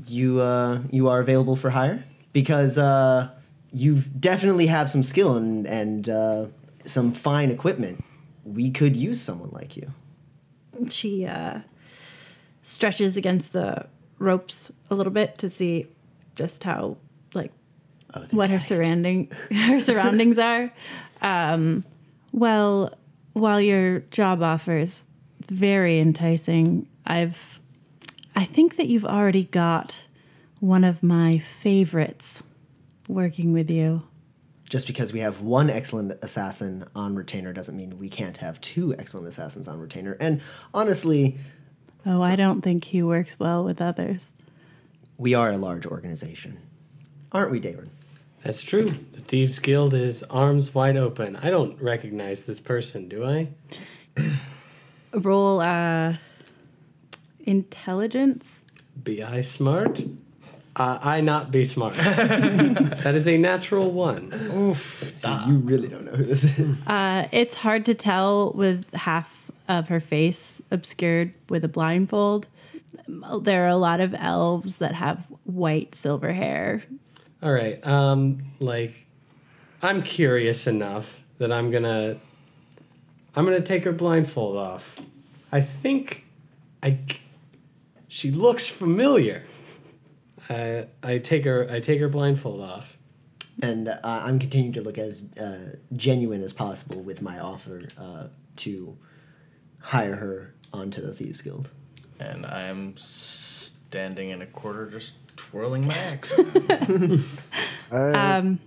S2: you uh, you are available for hire because uh, you definitely have some skill and and uh, some fine equipment. We could use someone like you.
S1: She uh, stretches against the ropes a little bit to see just how like what her surrounding her surroundings are. Um, well, while your job offers very enticing, I've I think that you've already got one of my favorites working with you.
S2: Just because we have one excellent assassin on retainer doesn't mean we can't have two excellent assassins on retainer. And honestly,
S1: Oh, I don't think he works well with others.
S2: we are a large organization, aren't we, David?
S5: That's true. The Thieves Guild is arms wide open. I don't recognize this person, do I?
S1: Roll uh, intelligence.
S5: Be I smart? Uh, I not be smart. that is a natural one.
S2: So you really don't know who this is.
S1: It's hard to tell with half of her face obscured with a blindfold. There are a lot of elves that have white silver hair.
S5: All right. Um, like, I'm curious enough that I'm gonna, I'm gonna take her blindfold off. I think, I, c- she looks familiar. I I take her I take her blindfold off.
S2: and uh, I'm continuing to look as uh, genuine as possible with my offer uh, to hire her onto the Thieves Guild.
S7: and I'm standing in a quarter just twirling my axe.
S1: Um,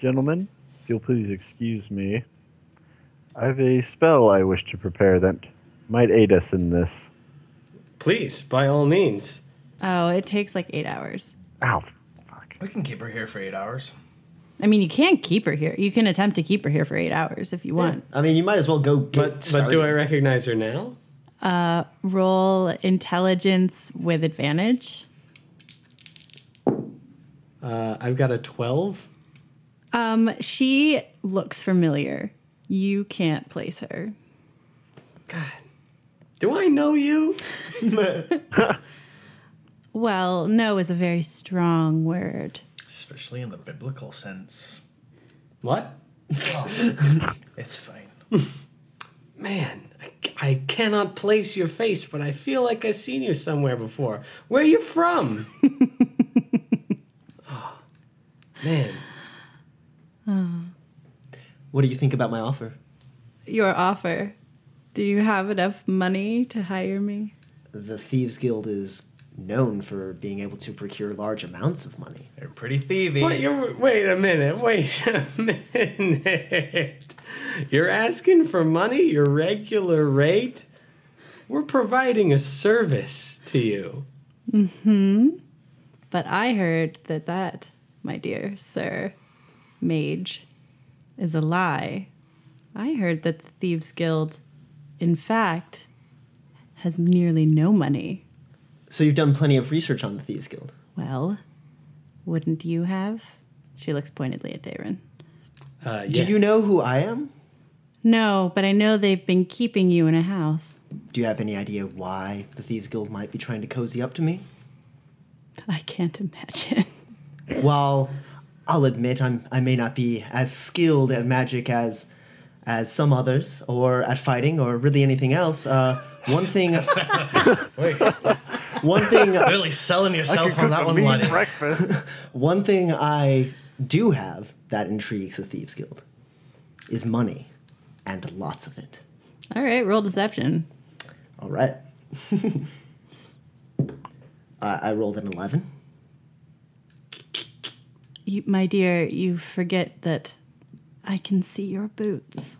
S4: Gentlemen, if you'll please excuse me, I have a spell I wish to prepare that might aid us in this.
S5: Please, by all means.
S1: oh, it takes like eight hours.
S4: Ow, fuck.
S7: we can keep her here for eight hours.
S1: I mean, you can't keep her here. You can attempt to keep her here for eight hours if you want.
S2: I mean, you might as well go get
S5: But but do I recognize her now?
S1: Roll intelligence with advantage.
S5: Uh, I've got a twelve.
S1: Um, she looks familiar. You can't place her.
S5: God, do I know you?
S1: Well, no is a very strong word.
S7: Especially in the biblical sense.
S5: What?
S7: It's fine.
S5: Man, I, I cannot place your face, but I feel like I've seen you somewhere before. Where are you from? oh, man.
S2: What do you think about my offer?
S1: Your offer. Do you have enough money to hire me?
S2: The Thieves Guild is known for being able to procure large amounts of money.
S7: They're pretty thievy.
S5: Wait, you- wait a minute. Wait a minute. You're asking for money, your regular rate? We're providing a service to you.
S1: But I heard that that, my dear sir, mage, is a lie. I heard that the Thieves Guild, in fact, has nearly no money.
S2: So you've done plenty of research on the Thieves Guild.
S1: Well, wouldn't you have? She looks pointedly at Daron.
S5: Uh,
S2: Do
S5: yeah.
S2: you know who I am?
S1: No, but I know they've been keeping you in a house.
S2: Do you have any idea why the Thieves Guild might be trying to cozy up to me?
S1: I can't imagine.
S2: While I'll admit I'm, I may not be as skilled at magic as as some others, or at fighting, or really anything else, uh, one thing,
S7: Wait,
S2: one thing
S7: really selling yourself on that one, Lottie.
S4: breakfast.
S2: One thing I do have that intrigues the Thieves Guild is money and lots of it.
S1: All right, roll deception.
S2: All right. I I rolled an 11.
S1: You, my dear, you forget that I can see your boots.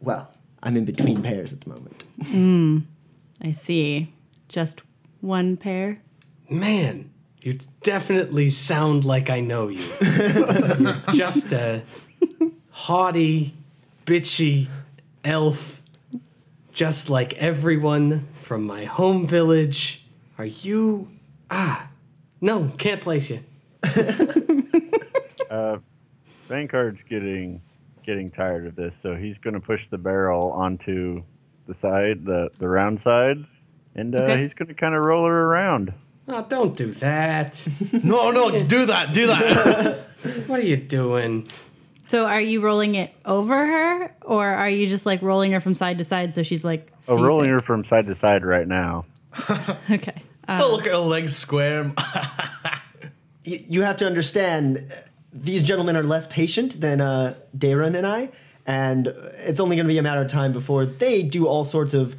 S2: Well, I'm in between pairs at the moment.
S1: I see. Just one pair.
S5: Man, you definitely sound like I know you. You're just a haughty, bitchy elf, just like everyone from my home village. Are you. Ah, no, can't place you.
S4: Bankard's getting getting tired of this, so he's going to push the barrel onto the side, the the round side, and uh,
S1: Okay.
S4: he's going to kind of roll her around.
S5: Oh, don't do that.
S7: No, no, do that, do that.
S5: What are you doing?
S1: So are you rolling it over her, or are you just like rolling her from side to side so she's like?
S4: Oh, rolling her
S1: seasick?
S4: from side to side right now.
S1: Okay. Uh,
S7: Don't look at her legs square.
S2: You, you have to understand, uh, these gentlemen are less patient than uh, Daron and I, and uh, it's only going to be a matter of time before they do all sorts of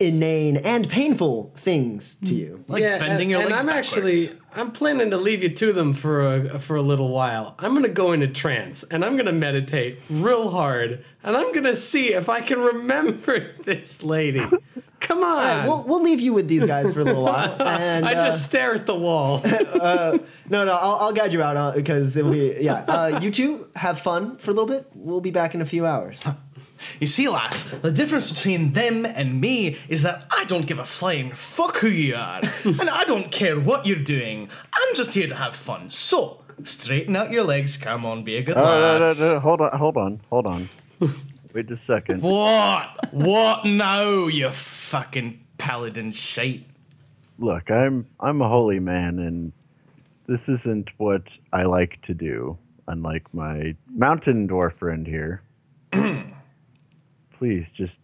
S2: inane and painful things
S5: Mm.
S2: to you.
S7: Like bending your
S5: and, and
S7: legs
S5: I'm
S7: backwards.
S5: actually I'm planning to leave you to them for a for a little while. I'm gonna go into trance and I'm gonna meditate real hard and I'm gonna see if I can remember this lady. Come on.
S2: We'll, we'll leave you with these guys for a little while. And,
S5: I
S2: uh,
S5: just stare at the wall.
S2: No, no, I'll, I'll guide you out because it'll be yeah. Uh, you two have fun for a little bit. We'll be back in a few hours.
S7: You see, lass, the difference between them and me is that I don't give a flying fuck who you are, and I don't care what you're doing. I'm just here to have fun. So, straighten out your legs, come on, be a good
S4: Oh, no, no,
S7: lass.
S4: no, hold on, hold on, hold on. Wait just a second.
S7: What? What now, you fucking paladin shite?
S4: Look, I'm I'm a holy man, and this isn't what I like to do. Unlike my mountain dwarf friend here. Please, just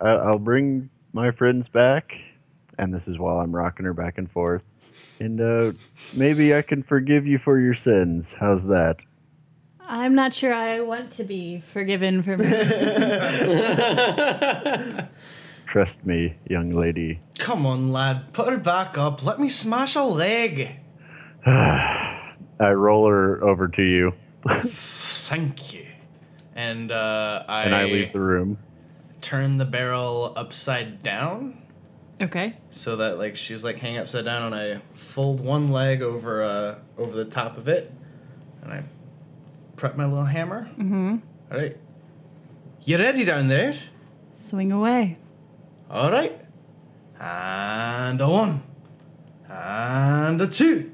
S4: I, I'll bring my friends back, and this is while I'm rocking her back and forth. And uh, maybe I can forgive you for your sins. How's that?
S1: I'm not sure I want to be forgiven for.
S4: Trust me, young lady.
S7: Come on, lad, put her back up. Let me smash a leg.
S4: I roll her over to you,
S7: Thank you. And uh, I,
S4: and I leave the room.
S7: turn the barrel upside down
S1: Okay.
S7: so that like she's like hanging upside down, and I fold one leg over uh, over the top of it, and I prep my little hammer. Mm-hmm. All right, you ready down there?
S1: Swing away.
S7: All right. And a one. And a two.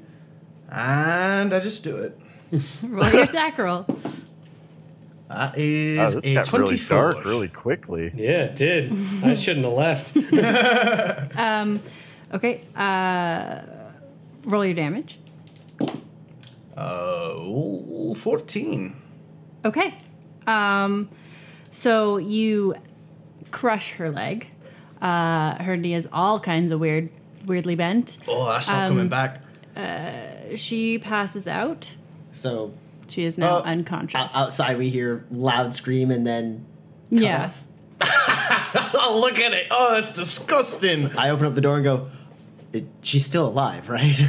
S7: And I just do it.
S1: Roll your attack roll.
S4: Wow,
S7: That is
S4: Oh, this
S7: a
S4: got really
S7: 24.
S4: dark really quickly.
S5: Yeah, it did. I shouldn't have left.
S1: Okay. Uh, roll your damage.
S7: Oh, 14.
S1: Okay. Um, so you crush her leg. Uh, her knee is all kinds of weird, weirdly bent.
S7: Oh, that's not coming back.
S1: She passes out.
S2: So
S1: She is now
S2: Oh,
S1: unconscious.
S2: o- outside we hear loud scream and then
S1: yeah.
S7: Oh, look at it. Oh, that's disgusting.
S2: I open up the door and go, "It- "She's still alive, right?"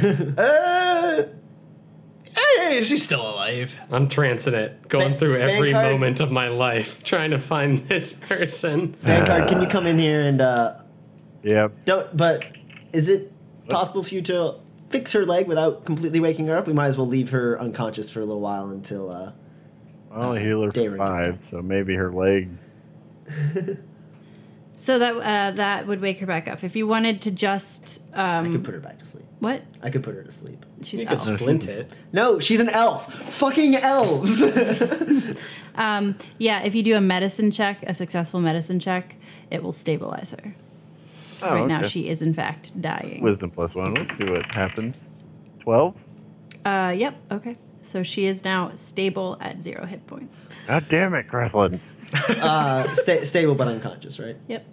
S7: Uh, hey, she's still alive.
S5: I'm trancing it, going
S2: Ban-
S5: through every
S2: Bankard-
S5: moment of my life, trying to find this person.
S2: Vanguard, can you come in here and uh,
S4: Yep.
S2: don't? But is it possible for you to fix her leg without completely waking her up? We might as well leave her unconscious for a little while until. Uh,
S4: Well, a healer for
S2: Dayrake gets
S4: five, so maybe her leg.
S1: So that uh, that would wake her back up. If you wanted to just
S2: I
S1: um,
S4: Mm.
S2: could put her back to sleep.
S1: what
S2: I could put her to sleep.
S1: she's
S5: You could
S1: out.
S5: splint it.
S2: No, she's an elf. Fucking elves. Uh,
S1: Yeah, if you do a medicine check, a successful medicine check, it will stabilize her. 'Cause
S4: Oh,
S1: right now,
S4: okay.
S1: she is in fact dying.
S4: Wisdom plus one. Let's see what happens. Twelve.
S1: uh, yep. Okay. So she is now stable at zero hit points.
S4: God damn it, Grethlin.
S2: uh, sta- stable but unconscious, right?
S1: Yep.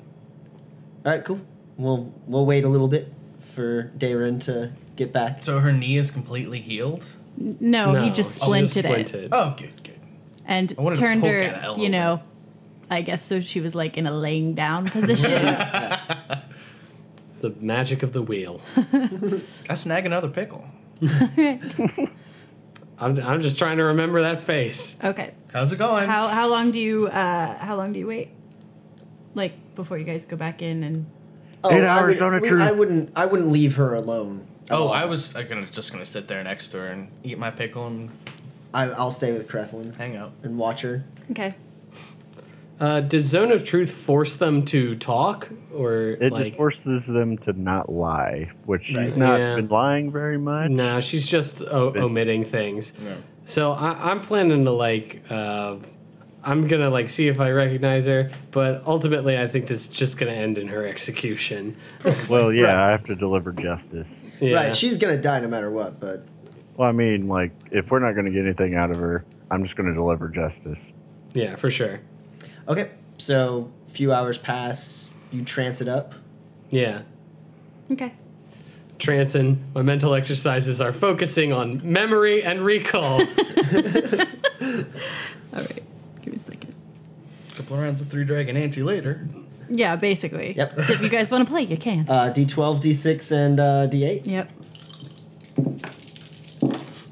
S2: All right, cool. We'll we'll wait a little bit for Dayrin to get back.
S7: So her knee is completely healed?
S1: No, Oh, he
S5: No,
S1: just
S5: she
S1: splinted, it
S5: splinted.
S7: Oh, good, good.
S1: and
S7: I wanted to
S1: turned
S7: poke at it a
S1: her.
S7: little
S1: You know, I guess so. She was like in a laying down position.
S5: It's the magic of the wheel.
S7: I snag another pickle.
S5: I'm, I'm just trying to remember that face.
S1: okay.
S7: How's it going?
S1: How how long do you uh, how long do you wait? Like before you guys go back in and
S2: Oh,
S4: Eight
S2: I
S4: hours
S2: would-
S4: on a
S2: we-
S4: trip.
S2: I wouldn't. I wouldn't leave her alone.
S7: oh, I was I gonna, just going to sit there next to her and eat my pickle and
S2: I, I'll stay with Creflin
S7: hang out.
S2: and watch her.
S1: okay.
S5: Uh, does Zone of Truth force them to talk, or
S4: It
S5: like?
S4: just forces them to not lie, which she's
S2: Right.
S4: not
S5: Yeah.
S4: been lying very much.
S5: Nah, she's just o- omitting things. So I- I'm planning to like, uh, I'm gonna like see if I recognize her, but ultimately I think this is just gonna end in her execution.
S4: Well, yeah, I have to deliver justice.
S5: Yeah.
S2: Right, she's gonna die no matter what. But
S4: Well, I mean, like, if we're not going to get anything out of her, I'm just going to deliver justice.
S5: yeah, for sure.
S2: okay, so a few hours pass. You trance it up.
S5: Yeah.
S1: Okay.
S5: Trancing, my mental exercises are focusing on memory and recall.
S1: All right. Give me a second.
S7: A couple of rounds of Three Dragon Ante later.
S1: Yeah, basically.
S2: Yep.
S1: If you guys want to play, you can.
S2: Uh, D12, D6, and uh, D8.
S1: yep.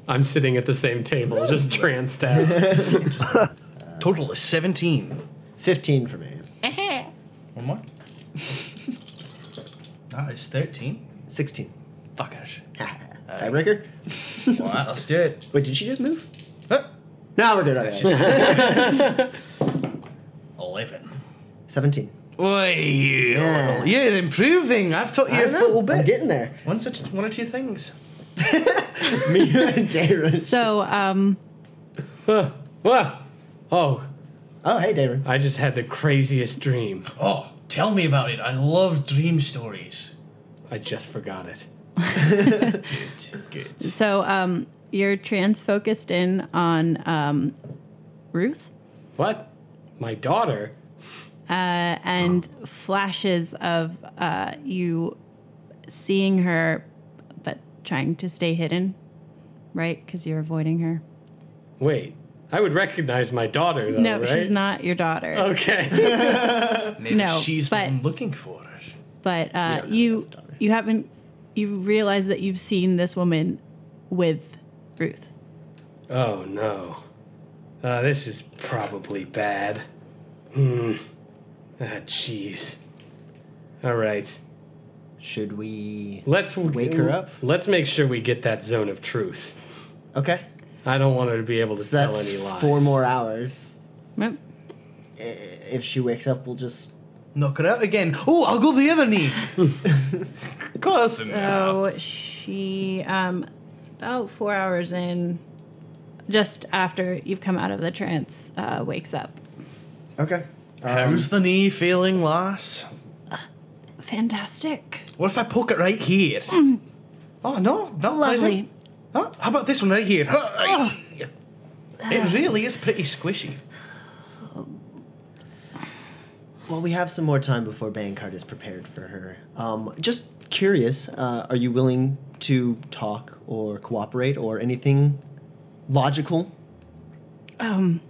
S5: I'm sitting at the same table, just tranced out.
S7: Total is 17.
S2: Fifteen for me.
S7: One more. nice, 13.
S2: Sixteen.
S7: Fuckers.
S2: Tiebreaker.
S7: All right, let's do it.
S2: Wait, did she just move?
S7: Huh.
S2: No, we're good. Okay.
S7: 11.
S2: Seventeen.
S7: Why, you,
S2: Yeah.
S7: you're improving. I've taught you a
S2: I know,
S7: little
S2: I'm
S7: bit.
S2: getting there.
S7: One, such, one or two things.
S2: Me and Dayrin.
S1: So, um,
S5: Huh. Whoa. Oh,
S2: Oh, hey, Dayrin.
S5: I just had the craziest dream.
S7: Oh, tell me about it. I love dream stories.
S5: I just forgot it.
S7: Good.
S1: so um, you're trans focused in on um, Ruth,
S5: What? My daughter?
S1: uh, and flashes of uh, you seeing her, but trying to stay hidden, right? Because you're avoiding her.
S5: Wait, I would recognize my daughter, though.
S1: No,
S5: right?
S1: she's not your daughter.
S5: Okay.
S7: Maybe
S1: No,
S7: she's
S1: but-
S7: been looking for it.
S1: But uh,
S5: Yeah,
S1: you you haven't you realize that you've seen this woman with Ruth.
S5: oh no. Uh, this is probably bad. Hmm. Ah, jeez. All right.
S2: Should we?
S5: Let's
S2: Wake her up?
S5: Let's make sure we get that zone of truth.
S2: Okay,
S5: I don't want her to be able to
S2: so
S5: tell
S2: that's
S5: any lies.
S2: four more hours.
S1: Nope.
S2: I- If she wakes up, we'll just
S7: Knock her out again. Oh, I'll go the other knee. Close enough.
S1: So she um about four hours in just after you've come out of the trance, uh, wakes up.
S2: okay.
S7: How's the knee feeling, lass?
S1: Fantastic.
S7: What if I poke it right here? Oh no, not
S1: Lovely.
S7: pleasant. Huh? How about this one right here? It really is pretty squishy.
S2: Well, we have some more time before Bankard is prepared for her. Um, just curious, uh, are you willing to talk or cooperate or anything logical?
S1: Um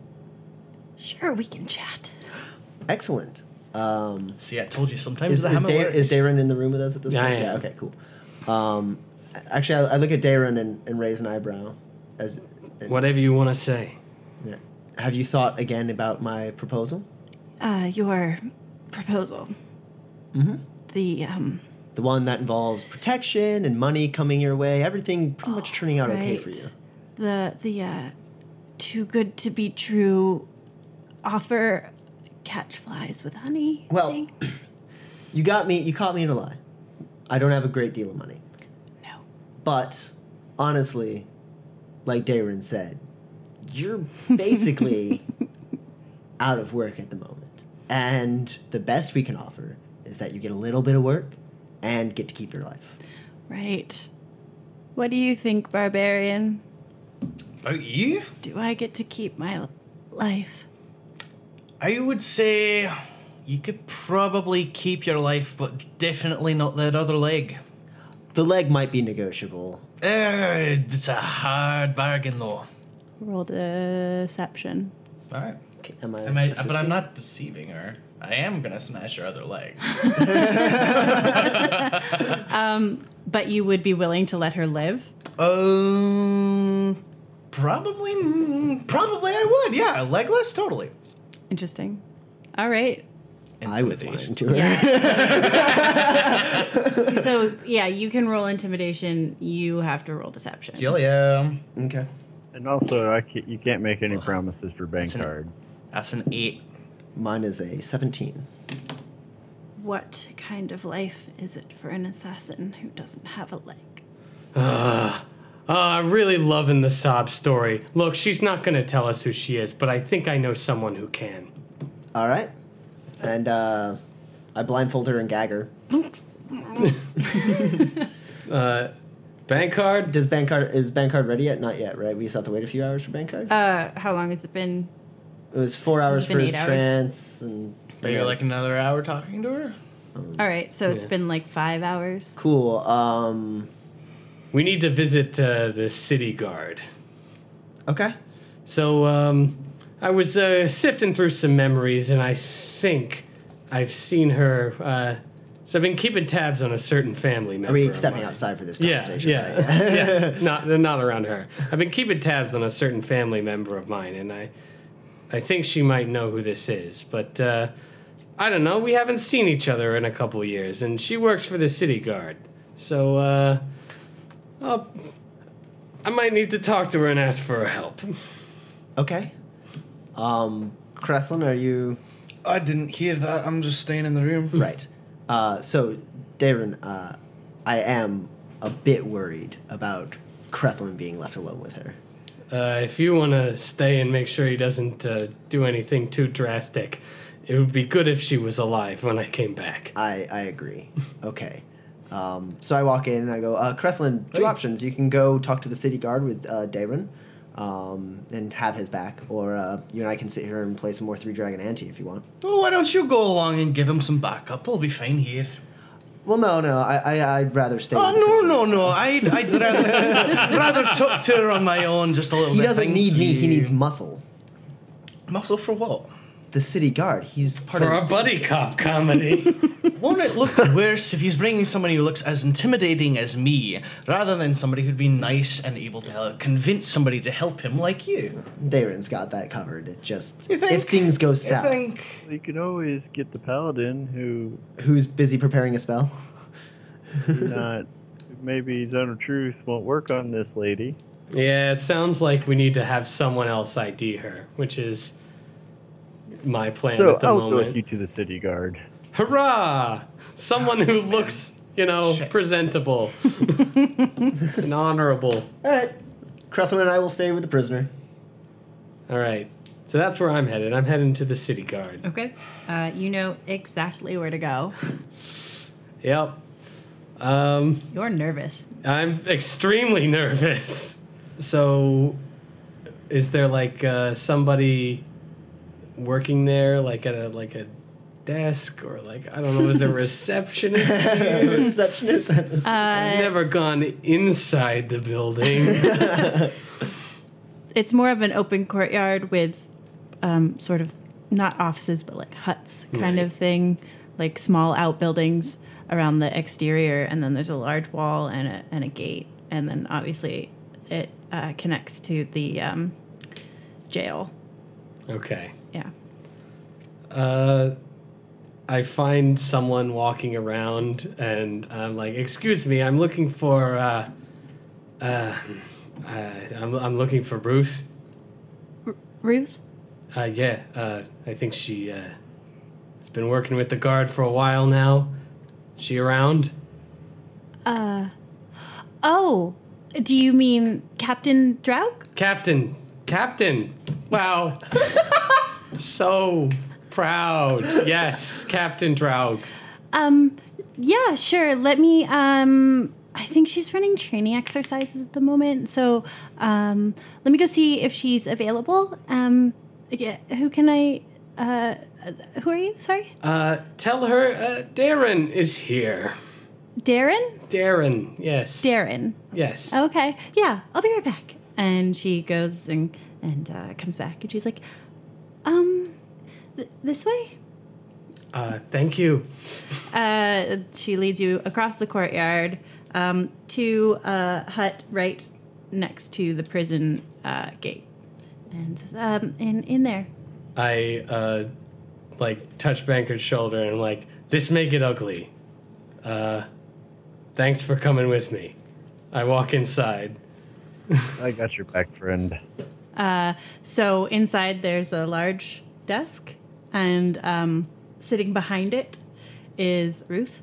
S1: sure we can chat.
S2: Excellent. Um,
S7: See, I told you sometimes
S2: is,
S7: the
S2: is,
S7: hammer
S2: Day-
S7: works.
S2: is Dayron in the room with us at this
S5: Yeah,
S2: point?
S5: I am.
S2: Yeah, okay, cool. Um, actually, I, I look at Dayron and, and raise an eyebrow. As and-
S5: Whatever you want to say.
S2: yeah. Have you thought again about my proposal?
S1: Uh your proposal. Mm-hmm. The um
S2: The one that involves protection and money coming your way, everything pretty much turning out okay for
S1: right.
S2: you.
S1: the the uh, too good to be true offer catch flies with honey
S2: Well-
S1: thing?
S2: You got me. You caught me in a lie. I don't have a great deal of money,
S1: no
S2: but honestly, like Dayron said, you're basically out of work at the moment. And the best we can offer is that you get a little bit of work and get to keep your life.
S1: right what do you think barbarian
S7: about you?
S1: do i get to keep my l- life
S7: I would say you could probably keep your life, but definitely not that other leg.
S2: The leg might be negotiable.
S7: Eh, it's a hard bargain, though.
S1: roll deception
S7: All right.
S2: Okay, Am I?
S7: Am I,
S2: assisting?
S7: but I'm not deceiving her. I am gonna smash her other leg.
S1: Um, but you would be willing to let her live
S7: um, probably, mm, probably I would. Yeah, legless, totally.
S1: interesting all right
S2: I was lying to her.
S1: yeah so yeah you can roll intimidation you have to roll deception
S7: Deal, yeah.
S2: Okay.
S4: And also, I ca you can't make any promises for Bankard.
S7: That's an eight.
S2: Mine is a 17.
S1: What kind of life is it for an assassin who doesn't have a leg?
S5: Uh, I'm really loving the sob story. Look, she's not going to tell us who she is, but I think I know someone who can.
S2: All right. And uh, I blindfold her and gag her.
S5: Uh, Bank card?
S2: Does Bankard is Bankard ready yet? Not yet, right? We just have to wait a few hours for Bankard.
S1: Uh, how long has it been?
S2: It was four hours
S1: been
S2: for his
S1: eight hours.
S2: trance, and
S7: Maybe like another hour talking to her.
S1: All right, so it's
S5: Yeah.
S1: been like five hours.
S2: cool. Um,
S5: We need to visit uh, the city guard.
S2: okay.
S5: So, um, I was uh, sifting through some memories, and I think I've seen her. Uh, so, I've been keeping tabs on a certain family member.
S2: Are we
S5: of
S2: stepping
S5: mine.
S2: outside for this
S5: Yeah,
S2: conversation?
S5: yeah,
S2: right?
S5: yes. Not, they're not around her. I've been keeping tabs on a certain family member of mine, and I, I think she might know who this is. But uh, I don't know. We haven't seen each other in a couple years, and she works for the city guard. So, uh, I'll, I might need to talk to her and ask for her help.
S2: Okay. Um, Krethlin, are you
S7: I didn't hear that. I'm just staying in the
S5: Hmm.
S7: room.
S2: right? Uh, so, Darren, uh, I am a bit worried about Krethlin being left alone with her.
S5: Uh, if you want to stay and make sure he doesn't uh, do anything too drastic, it would be good if she was alive when I came back.
S2: I, I agree. Okay. Um, so I walk in and I go, uh, Krethlin, two options. You can go talk to the city guard with uh, Daron um, and have his back, or uh, you and I can sit here and play some more Three Dragon Ante if you want.
S7: Oh, why don't you go along and give him some backup? We'll be fine here.
S2: Well, no, no. I, I I'd rather stay. with the
S7: Oh
S2: prisoner.
S7: no no no! I'd, I'd rather, rather talk to her on my own just a little
S2: He
S7: bit.
S2: doesn't
S7: Thank
S2: need me. He
S7: you.
S2: needs muscle.
S7: muscle for what?
S2: The city guard. He's part
S5: For
S2: of.
S5: a buddy cop comedy.
S7: Won't it look worse if he's bringing somebody who looks as intimidating as me, rather than somebody who'd be nice and able to help, convince somebody to help him like you?
S2: Daron's got that covered. It just
S7: You think?
S2: if things go
S7: I
S2: south,
S7: think
S4: You could always get the paladin who
S2: who's busy preparing a spell?
S4: not maybe zone of truth won't work on this lady.
S5: yeah, it sounds like we need to have someone else ID her, which is my plan
S4: so
S5: at the
S4: I'll go
S5: moment.
S4: with you to the city guard.
S5: Hurrah! Someone who looks, you know, presentable and honorable.
S2: All right, Cruthlin and I will stay with the prisoner.
S5: All right. So that's where I'm headed. I'm heading to the city guard.
S1: Okay. Uh, you know exactly where to go.
S5: Yep. Um,
S1: You're nervous.
S5: I'm extremely nervous. So, is there like uh, somebody working there, like at a like a desk or like I don't know, is there a receptionist? here?
S2: Receptionist.
S5: I've
S1: Uh,
S5: never gone inside the building.
S1: It's more of an open courtyard with um, sort of not offices, but like huts kind
S5: Right.
S1: of thing, like small outbuildings around the exterior. And then there's a large wall and a, and a gate. And then obviously it uh, connects to the um, jail.
S5: okay.
S1: Yeah.
S5: Uh, I find someone walking around, and I'm like, "Excuse me, I'm looking for, uh, uh, uh I'm, I'm looking for Ruth."
S1: Ruth?
S5: Uh, yeah, uh, I think she uh, has been working with the guard for a while now. She around?
S1: Oh, do you mean Captain Draug?
S5: Captain, Captain! Wow, so proud. Yes, Captain Draug.
S1: Um, yeah, sure. Let me. Um, I think she's running training exercises at the moment, so um, let me go see if she's available. Um, yeah, who can I? Uh, who are you? Sorry,
S5: Uh, tell her uh, Darren is here.
S1: Darren.
S5: Darren, yes.
S1: Darren.
S5: Yes.
S1: Okay. Yeah, I'll be right back. And she goes and and uh, comes back, and she's like, um, th- this way.
S5: Uh, thank you.
S1: Uh, she leads you across the courtyard um, to a hut right next to the prison uh, gate, and um, in in there.
S5: I uh, like touch Banker's shoulder and I'm like, this may get ugly. Uh, thanks for coming with me. I walk inside.
S4: I got your back, friend.
S1: So inside there's a large desk, and um, sitting behind it is Ruth.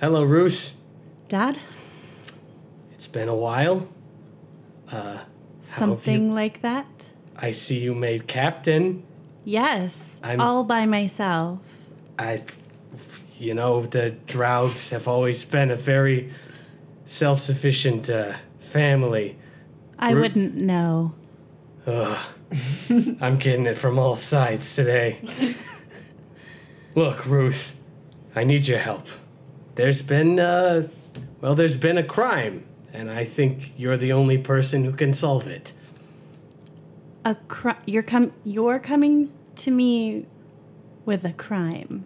S5: Hello, Ruth.
S1: Dad,
S5: It's been a while.
S1: something like that.
S5: I see you made captain.
S1: Yes,
S5: I'm-
S1: all by myself.
S5: I, you know, the Drougs have always been a very self sufficient uh, family.
S1: I
S5: Ru-
S1: wouldn't know.
S5: I'm getting it from all sides today. Look, Ruth, I need your help. There's been, uh, well, there's been a crime, and I think you're the only person who can solve it.
S1: A cri- you're com- you're coming to me with a crime.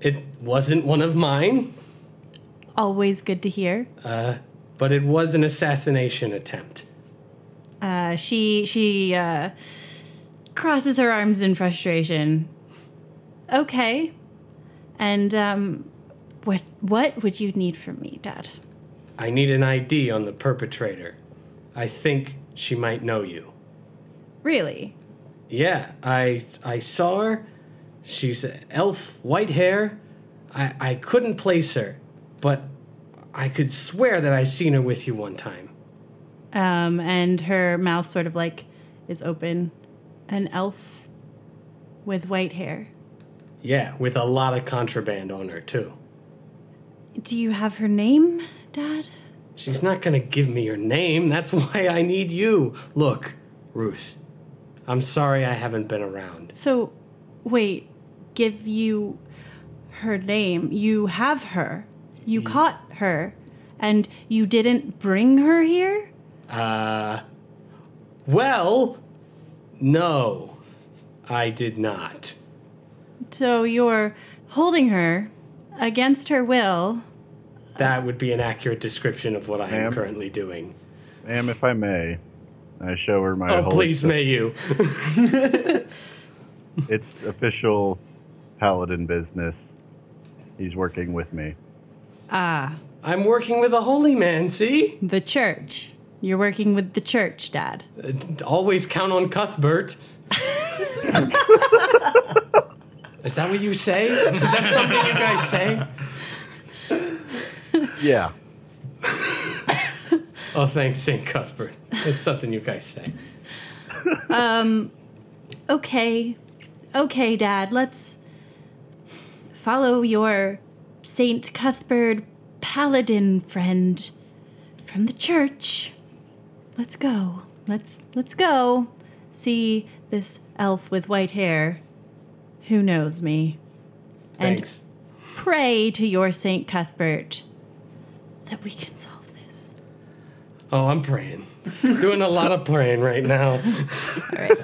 S5: It wasn't one of mine,
S1: Always good to hear.
S5: but it was an assassination attempt.
S1: Uh, she she uh, crosses her arms in frustration. Okay, and um, what what would you need from me, Dad?
S5: I need an ID on the perpetrator. I think she might know you.
S1: Really?
S5: Yeah, I I saw her. She's a elf, white hair. I I couldn't place her, but I could swear that I seen her with you one time.
S1: Um, and her mouth sort of like is open. An elf with white hair.
S5: Yeah, with a lot of contraband on her too.
S1: Do you have her name, Dad?
S5: She's not gonna give me your name. That's why I need you. Look, Ruth. I'm sorry I haven't been around.
S1: So, wait, give you her name. You have her. You caught her, and you didn't bring her here?
S5: Well, no, I did not.
S1: So you're holding her against her will.
S5: That would be an accurate description of what I am
S4: Ma'am?
S5: currently doing.
S4: Ma'am, if I may, I show her my.
S5: Oh,
S4: holy
S5: please,
S4: symbol.
S5: may you.
S4: It's official paladin business. He's working with me.
S5: I'm working with a holy man, see?
S1: The church. You're working with the church, Dad.
S5: Uh, Always count on Cuthbert. Is that what you say? Is that something you guys say?
S4: Yeah.
S5: Oh, thanks, St. Cuthbert. It's something you guys say.
S1: Okay. Okay, Dad, let's follow your Saint Cuthbert paladin friend from the church. Let's go. Let's let's go. See this elf with white hair who knows me. And
S5: Thanks.
S1: pray to your Saint Cuthbert that we can solve this.
S5: Oh, I'm praying. Doing a lot of praying right now.
S1: All right.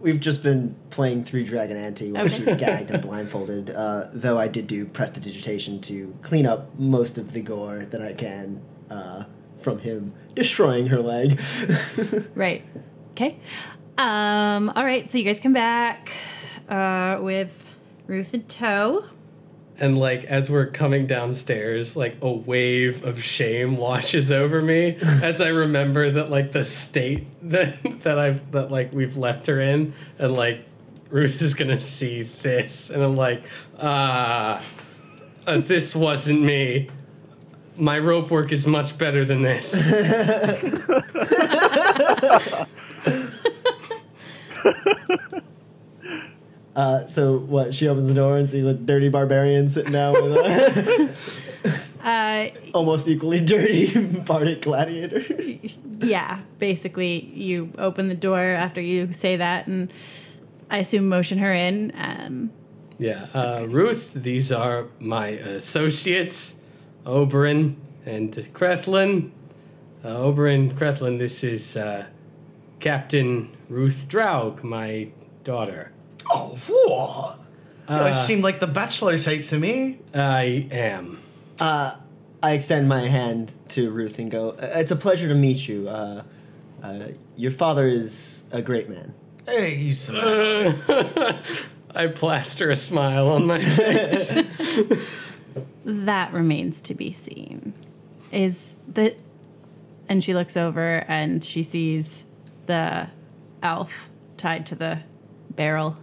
S2: We've just been playing through Dragon Ante while
S1: Okay.
S2: she's gagged and blindfolded. Uh, though I did do prestidigitation to clean up most of the gore that I can uh, from him destroying her leg.
S1: Right. Okay. Um, all right. So you guys come back uh, with Ruth and Toe.
S5: And like as we're coming downstairs, like a wave of shame washes over me as I remember that like the state that that I've that like we've left her in, and like Ruth is gonna see this, and I'm like, ah, uh, this wasn't me. My rope work is much better than this.
S2: Uh, so what? She opens the door and sees a dirty barbarian sitting down with a
S1: Uh,
S2: almost equally dirty bardic gladiator.
S1: yeah. Basically, you open the door after you say that, and I assume motion her in. Um,
S5: Yeah, uh, Ruth, these are my associates, Oberon and Krethlin. Uh, Oberon, Krethlin, this is uh, Captain Ruth Draug, my daughter.
S7: Oh, what? You always seem like the bachelor type to me.
S5: I am.
S2: Uh, I extend my hand to Ruth and go, "It's a pleasure to meet you. Uh, uh, your father is a great man."
S7: Hey, he's uh,
S5: I plaster a smile on my face.
S1: that remains to be seen. Is the and she looks over and she sees the elf tied to the barrel.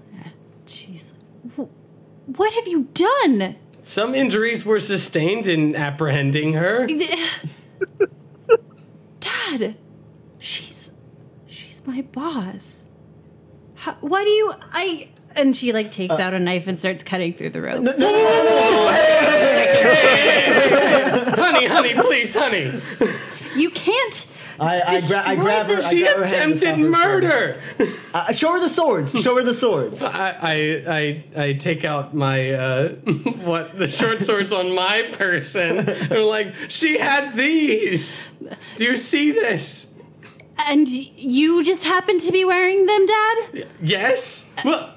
S1: Jeez, Wh- what have you done?
S5: Some injuries were sustained in apprehending her.
S1: Dad, she's she's my boss. How, why do you I? And she like takes out a knife and starts cutting through the rope.
S5: honey, honey, please, honey.
S1: You can't.
S2: I, I, gra- I
S1: Destroy
S2: grab her.
S1: this-
S2: I
S5: She
S2: grab her hand and
S5: attempted
S2: stop her from-
S5: murder.
S2: Uh, show her the swords. Show her the swords.
S5: I, I I I take out my uh, what the short swords on my person. And I'm like, she had these. Do you see this?
S1: And you just happen to be wearing them, Dad.
S5: Yes. Well,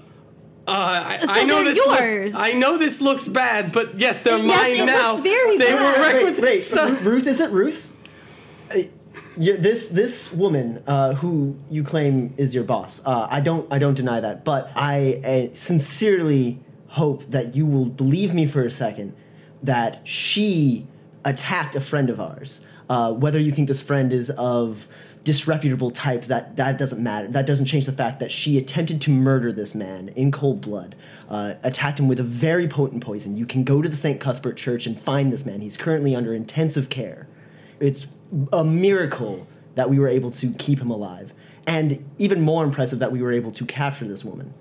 S5: uh, I,
S1: So
S5: I know
S1: they're
S5: this. look-
S1: yours.
S5: I know this looks bad, but yes, they're
S1: Yes,
S5: mine
S1: it
S5: now.
S1: looks very
S5: they
S1: bad.
S5: were
S2: wait,
S5: requisite.
S2: wait.
S5: stuff.
S2: Ru- Ruth, is it Ruth? Uh, you- this this woman uh, who you claim is your boss. Uh, I don't I don't deny that, but I uh, sincerely hope that you will believe me for a second that she attacked a friend of ours. Uh, whether you think this friend is of disreputable type, that that doesn't matter. That doesn't change the fact that she attempted to murder this man in cold blood. Uh, attacked him with a very potent poison. You can go to the St. Cuthbert Church and find this man. He's currently under intensive care it's a miracle that we were able to keep him alive. And even more impressive that we were able to capture this woman.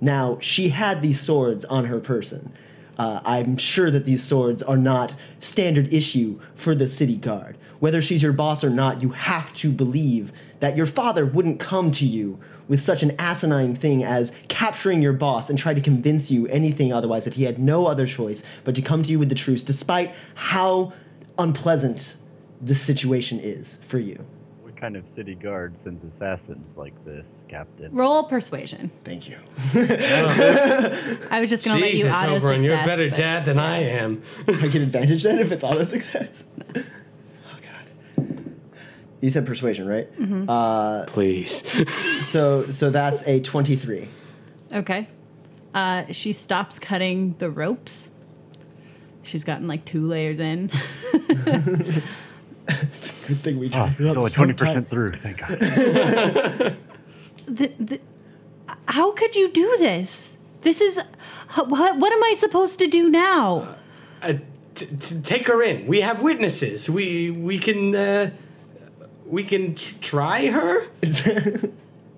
S2: Now, she had these swords on her person. Uh, I'm sure that these swords are not standard issue for the city guard. Whether she's your boss or not, you have to believe that your father wouldn't come to you with such an asinine thing as capturing your boss and try to convince you anything otherwise if he had no other choice but to come to you with the truth, despite how unpleasant the situation is for you.
S4: What kind of city guard sends assassins like this, Captain?
S1: Roll persuasion.
S2: Thank you.
S1: I was just going to let you
S5: Jesus,
S1: auto
S5: Oberon, you're a
S1: success,
S5: better
S1: but-
S5: dad than I am.
S2: I get advantage then if it's auto success. Oh god. Mm-hmm. You said persuasion, right?
S5: Please.
S2: So so that's a twenty-three.
S1: Okay. Uh, she stops cutting the ropes. She's gotten like two layers in.
S2: Good thing we
S4: Oh,
S2: talked
S4: it's only twenty percent through. Thank God.
S1: the, the, how could you do this? This is h- what, what am I supposed to do now?
S5: Uh, t- t- take her in. We have witnesses. We we can uh, we can tr- try her.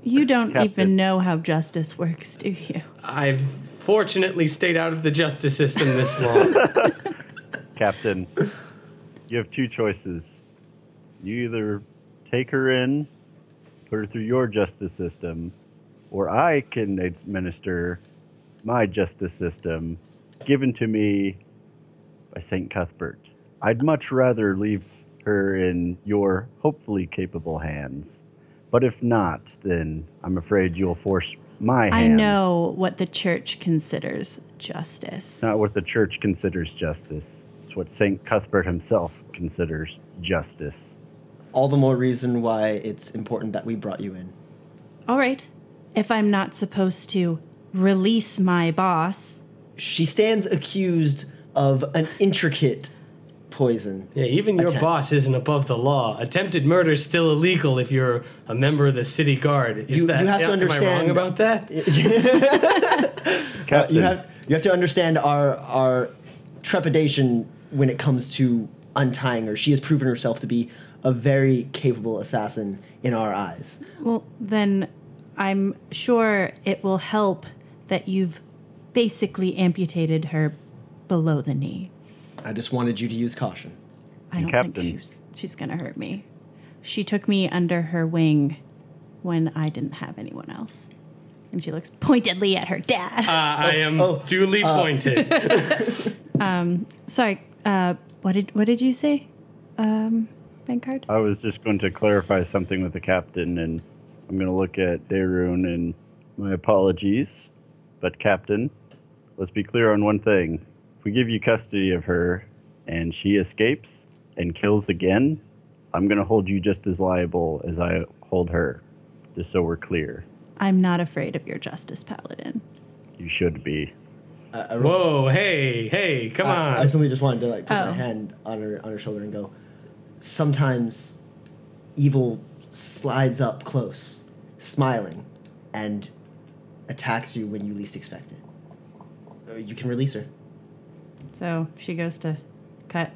S1: You don't even
S4: Captain.
S1: know how justice works, do you?
S5: I've fortunately stayed out of the justice system this long.
S4: Captain, you have two choices. You either take her in, put her through your justice system, or I can administer my justice system given to me by St. Cuthbert. I'd much rather leave her in your hopefully capable hands. But if not, then I'm afraid you'll force my hands.
S1: I know what the church considers justice.
S4: not what the church considers justice. It's what St. Cuthbert himself considers justice.
S2: All the more reason why it's important that we brought you in.
S1: All right. If I'm not supposed to release my boss,
S2: She stands accused of an intricate poison.
S5: yeah, even your
S2: Attempt.
S5: boss isn't above the law. Attempted murder is still illegal if you're a member of the city guard. Is
S2: You-
S5: that
S2: you have to
S5: am- Am I
S2: understand-
S5: wrong about that?
S4: Captain,
S2: Uh, You have you have to understand our our trepidation when it comes to untying her. She has proven herself to be a very capable assassin in our eyes.
S1: well, then I'm sure it will help that you've basically amputated her below the knee.
S2: I just wanted you to use caution.
S1: I
S4: And
S1: don't
S4: Captain.
S1: think she's, she's going to hurt me. She took me under her wing when I didn't have anyone else. And she looks pointedly at her dad.
S5: Uh, I am
S2: Oh,
S5: duly
S2: uh,
S5: pointed.
S1: Sorry, uh, what did what did you say? Um, bank card?
S4: I was just going to clarify something with the captain, and I'm going to look at Darun and my apologies. But, Captain, let's be clear on one thing. If we give you custody of her and she escapes and kills again, I'm going to hold you just as liable as I hold her, just so we're clear.
S1: I'm not afraid of your justice, Paladin.
S4: You should be.
S5: Whoa, hey, hey, come
S2: I, I
S5: on.
S2: simply just wanted to like put
S1: Oh.
S2: my hand on her on her shoulder and go. Sometimes, evil slides up close, smiling, and attacks you when you least expect it. Uh, You can release her.
S1: So she goes to cut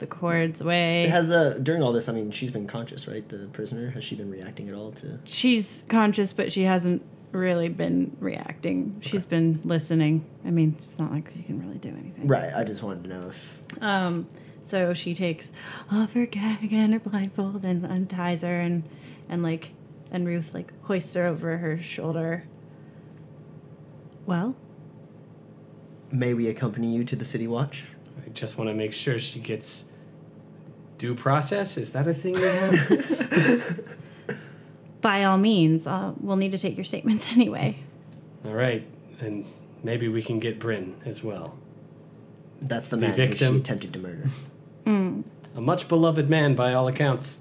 S1: the cords away.
S2: It has uh, during all this. I mean, she's been conscious, right? The prisoner has she been reacting at all to?
S1: She's conscious, but she hasn't really been reacting. She's been listening. I mean, it's not like she can really do anything.
S2: Right. I just wanted to know if
S1: Um, so she takes off her gag and her blindfold and unties her and and like and Ruth like hoists her over her shoulder. Well,
S2: may we accompany you to the city watch.
S5: I just want to make sure she gets due process. Is that a thing we have?
S1: by all means, uh, we'll need to take your statements anyway.
S5: All right, and maybe we can get Bryn as well.
S2: That's the, man who
S5: victim.
S2: she attempted to murder.
S5: A much beloved man by all accounts.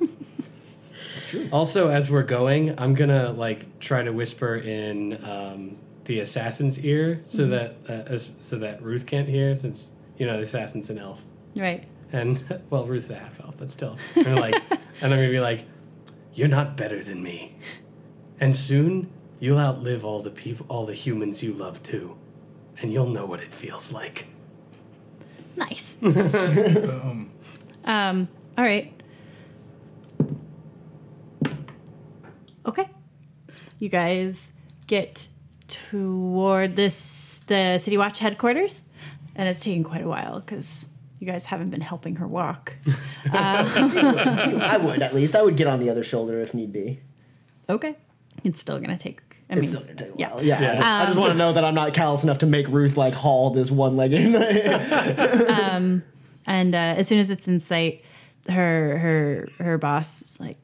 S2: It's true.
S5: Also, as we're going, I'm gonna like try to whisper in um, the assassin's ear so that uh, as, so that Ruth can't hear, since you know the assassin's an elf,
S1: Right.
S5: and well, Ruth's a half elf, but still. And like, and I'm gonna be like, "You're not better than me, and soon you'll outlive all the people, all the humans you love too, and you'll know what it feels like."
S1: Nice. Um, all right. Okay. You guys get toward this the City Watch headquarters, and it's taken quite a while because you guys haven't been helping her walk.
S2: I would at least. I would get on the other shoulder if need be.
S1: okay, it's still gonna take. I mean,
S2: It's still gonna take a
S1: yeah.
S2: while. Yeah. I just, want to know that I'm not callous enough to make Ruth like haul this one leg in.
S1: And uh, as soon as it's in sight, her her her boss is like,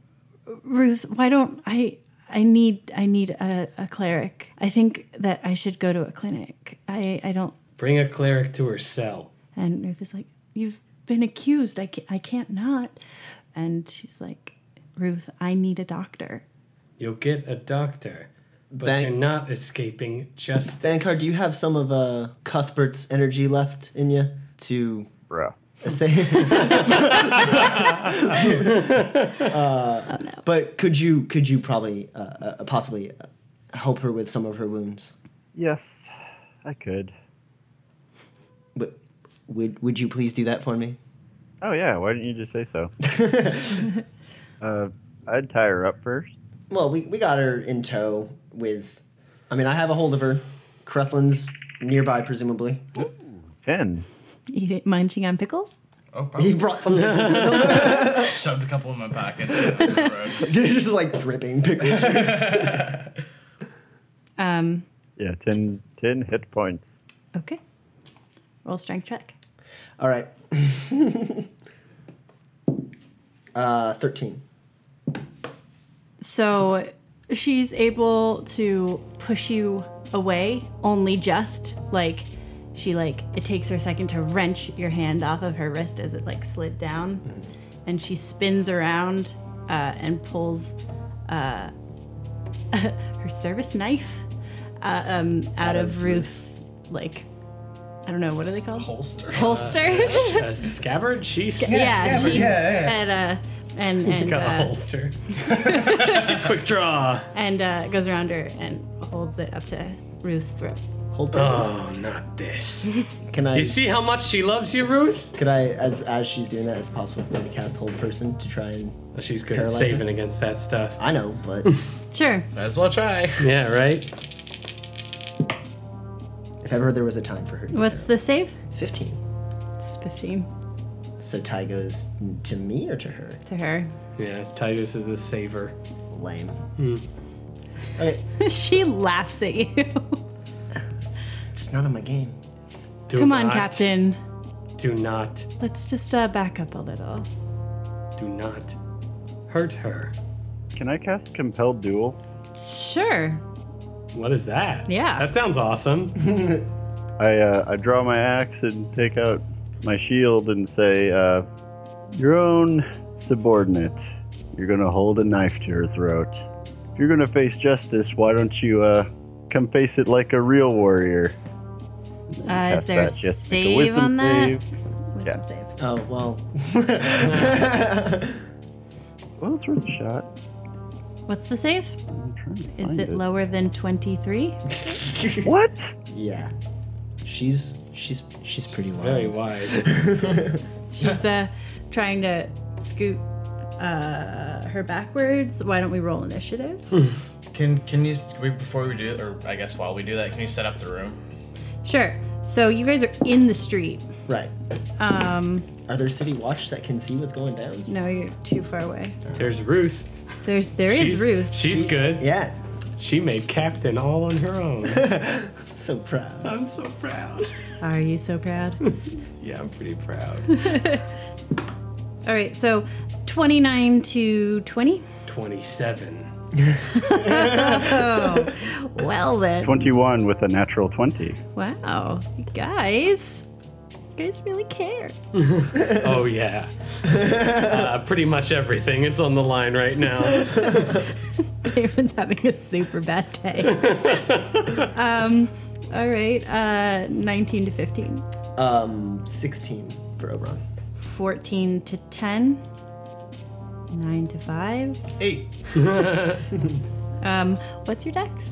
S1: Ruth, why don't I? I need I need a, a cleric. I think that I should go to a clinic. I I don't.
S5: Bring a cleric to her cell.
S1: And Ruth is like, you've been accused. I can't, I can't not. And she's like, Ruth, I need a doctor.
S5: You'll get a doctor, but
S2: Bank-
S5: you're not escaping justice.
S2: Vankar, do you have some of uh, Cuthbert's energy left in you to
S4: Bro.
S2: say? Uh, But could you could you probably uh, uh, possibly uh, help her with some of her wounds?
S4: Yes, I could.
S2: Would would, would you please do that for me?
S4: Oh yeah, why didn't you just say so? uh, I'd tie her up first.
S2: Well, we, we got her in tow with. I mean, I have a hold of her. Creflin's nearby, presumably.
S4: Ten.
S1: Eat it, munching on pickles.
S7: Oh,
S2: He
S7: probably
S2: brought something.
S7: shoved a couple in my pocket. Rude.
S2: just like dripping pickle juice.
S1: Um,
S4: Yeah, ten. Ten hit points.
S1: okay. Roll strength check.
S2: All right. uh, 13.
S1: So she's able to push you away only just like she like it takes her a second to wrench your hand off of her wrist as it like slid down and she spins around uh, and pulls uh, her service knife uh, um, out, of, Ruth's like I don't know what are they called
S7: Holster.
S1: holster
S5: A scabbard sheath?
S1: yeah,
S7: yeah,
S1: she
S7: yeah, yeah.
S1: and uh and and
S5: Got a
S1: uh,
S5: holster. Quick draw.
S1: and uh, goes around her and holds it up to Ruth's throat.
S2: Hold
S5: Oh, not this.
S2: Can I,
S5: You see how much she loves you, Ruth?
S2: could I, as as she's doing that, it's possible for me to cast hold person to try and.
S5: Well, she's good
S2: Paralyzer?
S5: at saving against that stuff.
S2: I know, but
S1: Sure.
S7: Might as well try.
S5: Yeah, right?
S2: if ever there was a time for her to. be
S1: What's the save?
S2: paralyzed. 15.
S1: It's 15
S2: So tie goes to me or to her?
S1: to her.
S5: Yeah, Titus is the saver.
S2: Lame. Okay,
S1: she laughs at you.
S2: it's not on my game.
S5: Do
S1: Come on,
S5: not-
S1: Captain.
S5: Do not,
S1: Let's just uh, back up a little.
S5: do not hurt her.
S4: Can I cast compelled duel?
S1: Sure.
S5: What is that?
S1: Yeah.
S5: That sounds awesome.
S4: I uh, I draw my axe and take out my shield and say, uh, "Your own subordinate. You're gonna hold a knife to her throat. If you're gonna face justice, why don't you uh, come face it like a real warrior?"
S1: Uh, is
S4: Cast
S1: there a
S4: that, just make a
S1: save
S4: wisdom
S1: on that?
S4: save.
S1: Wisdom
S4: Yeah.
S1: save.
S2: Oh, well.
S4: Well, it's worth a shot.
S1: What's the save?
S4: I'm trying to
S1: Is
S4: find
S1: it lower than 23?
S4: What?
S2: Yeah. She's she's she's pretty wise.
S5: Very wise.
S1: She's uh, trying to scoot uh, her backwards. Why don't we roll initiative?
S7: Can can you we, before we do it, or I guess while we do that, can you set up the room?
S1: Sure. So you guys are in the street.
S2: Right.
S1: Um,
S2: Are there city watch that can see what's going down?
S1: no, you're too far away.
S5: There's Ruth.
S1: There's there is
S5: She's,
S1: Ruth.
S5: She's good.
S2: Yeah.
S5: She made Captain all on her own.
S2: So proud.
S5: I'm so proud.
S1: Are you so proud?
S5: Yeah, I'm pretty proud.
S1: All right, so 29 to 20.
S5: 27.
S1: Well then.
S4: Twenty-one with a natural twenty.
S1: Wow, you guys, you guys really care.
S5: Oh, yeah. Uh, pretty much everything is on the line right now.
S1: Damon's having a super bad day. um, all right, uh, 19 to 15,
S2: Um, sixteen for Oberon.
S1: 14 to 10, 9 to 5.
S7: Eight.
S1: Um, what's your dex?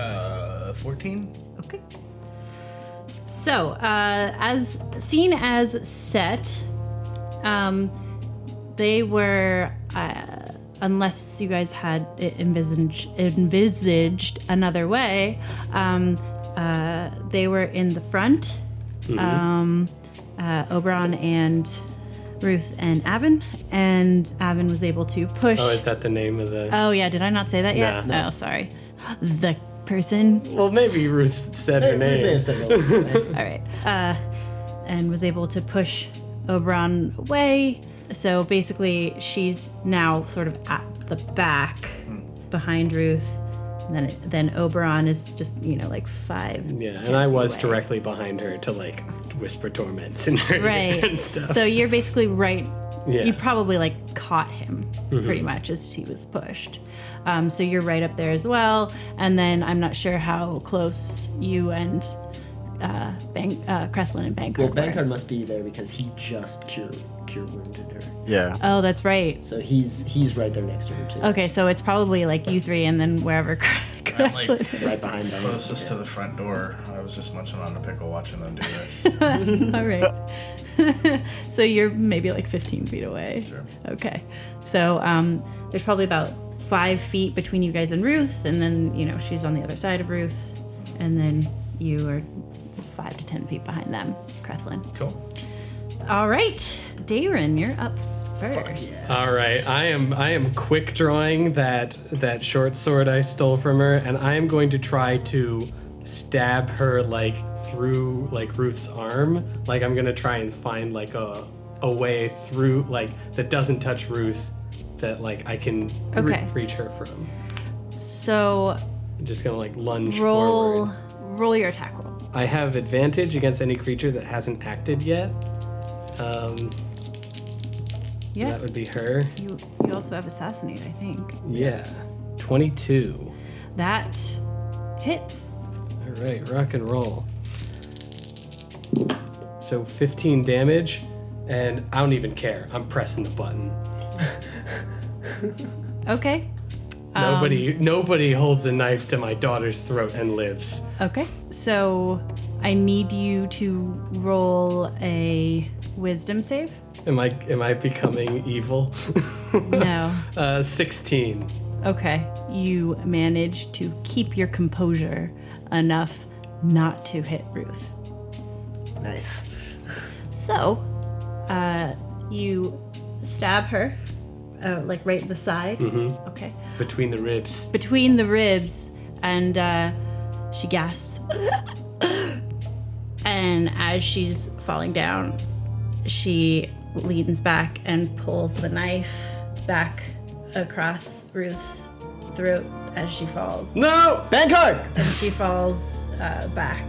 S7: Uh, fourteen.
S1: Okay. So, uh, as seen as set, um, they were, uh, unless you guys had it envisaged, envisaged another way, um, Uh, they were in the front.
S5: Mm-hmm.
S1: Um, uh, Oberon and Ruth and Avon, and Avon was able to push.
S5: Oh, is that the name of the?
S1: Oh, yeah, did I not say that yet?
S5: Nah.
S1: Oh, sorry. The person.
S5: well, maybe Ruth said her
S2: Ruth may
S5: name.
S2: have said it.
S1: All right. Uh, and was able to push Oberon away. So basically, she's now sort of at the back
S5: Hmm.
S1: behind Ruth. And then, then Oberon is just, you know, like five.
S5: Yeah, and I was
S1: away.
S5: directly behind her to like whisper torments in her ear
S1: Right.
S5: and stuff.
S1: So you're basically right.
S5: Yeah. Mm-hmm.
S1: You probably like caught him pretty much as he was pushed. Um, so you're right up there as well. And then I'm not sure how close you and uh, Bank, uh, Cresslin and Bankard
S2: Well,
S1: were.
S2: Bankard must be there because he just cure cure wounded her.
S4: Yeah.
S1: Oh, that's right.
S2: So he's he's right there next to her too,
S1: Okay, so it's probably like you three and then wherever.
S7: I'm like
S2: right behind them.
S7: closest to the front door. I was just munching on a pickle watching them do this.
S1: All right. so you're maybe like 15 feet away.
S7: Sure.
S1: Okay. So um, there's probably about five feet between you guys and Ruth, and then, you know, she's on the other side of Ruth, and then you are five to 10 feet behind them, Krethlin.
S7: cool.
S1: All right. Darren, you're up first.
S5: All right, I am I am quick drawing that that short sword I stole from her, and I am going to try to stab her like through like Ruth's arm. Like I'm gonna try and find like a a way through like that doesn't touch Ruth, that like I can re-
S1: Okay.
S5: reach her from.
S1: So
S5: I'm just gonna like lunge
S1: roll,
S5: forward.
S1: roll your attack roll.
S5: I have advantage against any creature that hasn't acted yet. Um,
S1: Yeah.
S5: that would be her.
S1: You, you also have assassinate, I think.
S5: Yeah, twenty-two.
S1: That hits.
S5: All right, rock and roll. So 15 damage, and I don't even care. I'm pressing the button.
S1: Okay.
S5: nobody, nobody holds a knife to my daughter's throat and lives.
S1: Okay. So I need you to roll a wisdom save.
S5: Am I, am I becoming evil?
S1: No.
S5: uh, 16.
S1: Okay. You manage to keep your composure enough not to hit Ruth.
S2: Nice.
S1: So uh, you stab her, uh, like right in the side. Okay.
S5: Between the ribs.
S1: between the ribs, and uh, she gasps. and as she's falling down, she leans back and pulls the knife back across Ruth's throat as she falls.
S5: No!
S2: Bankard,
S1: And she falls uh, back.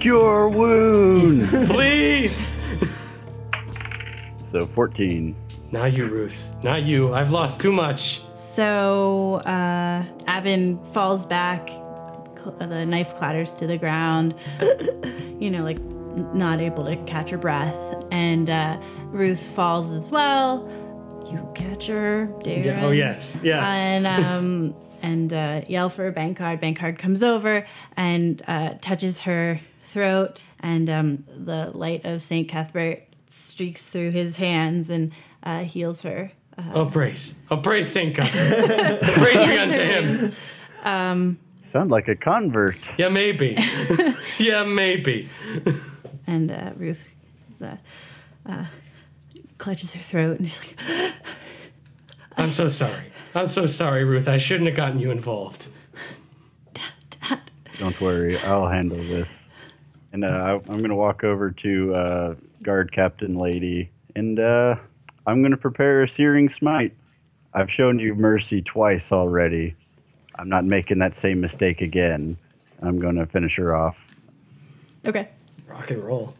S4: Cure wounds.
S5: Please!
S4: so 14.
S5: Not you, Ruth. Not you. I've lost too much.
S1: So uh, Avin falls back. Cl- the knife clatters to the ground. you know, like n- not able to catch her breath. And uh, Ruth falls as well. You catch her, Darren.
S5: Yeah, oh, yes, yes.
S1: And um, and uh, yell for Bankard. Bankard comes over and uh, touches her throat, and um, the light of Saint Cuthbert streaks through his hands and uh, heals her.
S5: oh, praise. Oh, praise Saint God. praise be unto him.
S4: Sound like a convert.
S5: Yeah, maybe. yeah, maybe.
S1: And uh, Ruth is, uh, uh, clutches her throat and she's like,
S5: I'm so sorry. I'm so sorry, Ruth. I shouldn't have gotten you involved.
S1: Dad.
S4: Don't worry, I'll handle this. And uh, I- I'm going to walk over to uh, guard captain lady, and uh, I'm going to prepare a searing smite. I've shown you mercy twice already. I'm not making that same mistake again. I'm going to finish her off.
S1: Okay,
S5: Rock and roll.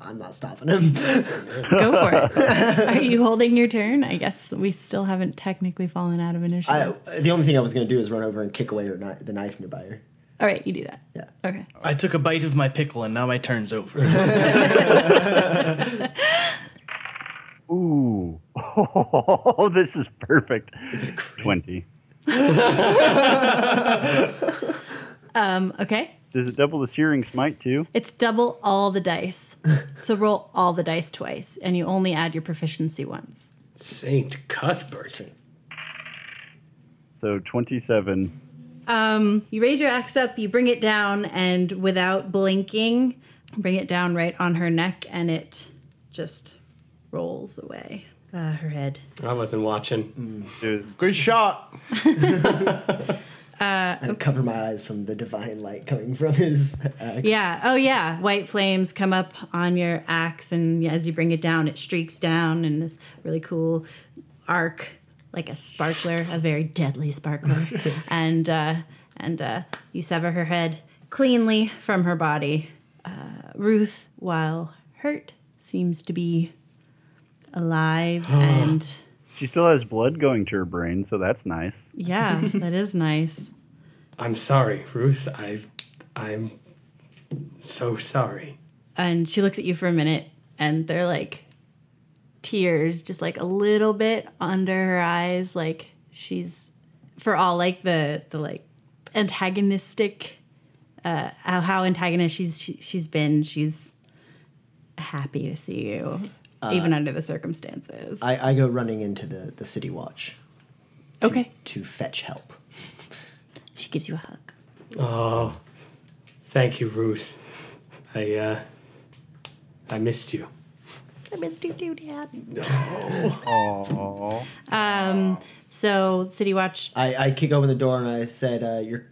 S2: I'm not stopping him.
S1: go for it. Are you holding your turn? I guess we still haven't technically fallen out of initiative.
S2: I, the only thing I was gonna do is run over and kick away her kni- the knife nearby her.
S1: All right, you do that.
S2: Yeah.
S1: Okay.
S7: I took a bite of my pickle and now my turn's over.
S4: Ooh. Oh, this is perfect. 20.
S1: Um, okay.
S4: Does it double the searing smite too?
S1: It's double all the dice. so roll all the dice twice, and you only add your proficiency once.
S5: Saint Cuthbert.
S4: So 27.
S1: Um, you raise your axe up, you bring it down, and without blinking, bring it down right on her neck, and it just rolls away. Uh, her head.
S5: I wasn't watching.
S7: Good shot.
S2: I cover my eyes from the divine light coming from his uh, axe.
S1: Yeah. Oh, yeah. White flames come up on your axe, and as you bring it down, it streaks down in this really cool arc, like a sparkler, a very deadly sparkler, and uh, and uh, you sever her head cleanly from her body. Uh, Ruth, while hurt, seems to be alive, and
S4: She still has blood going to her brain, so that's nice.
S1: yeah, that is nice.
S5: I'm sorry, Ruth. I, I'm so sorry.
S1: and she looks at you for a minute and they're like tears just like a little bit under her eyes like she's for all like the the like antagonistic uh how, how antagonist she's she, she's been she's happy to see you even under the circumstances
S2: I, I go running into the, the city watch
S1: okay
S2: to fetch help.
S1: she gives you a hug
S5: Oh, thank you, Ruth. I, uh, I missed you.
S1: i missed you too dad
S4: Oh,
S1: Um, so city watch
S2: I, I kick open the door and I said, uh, "Your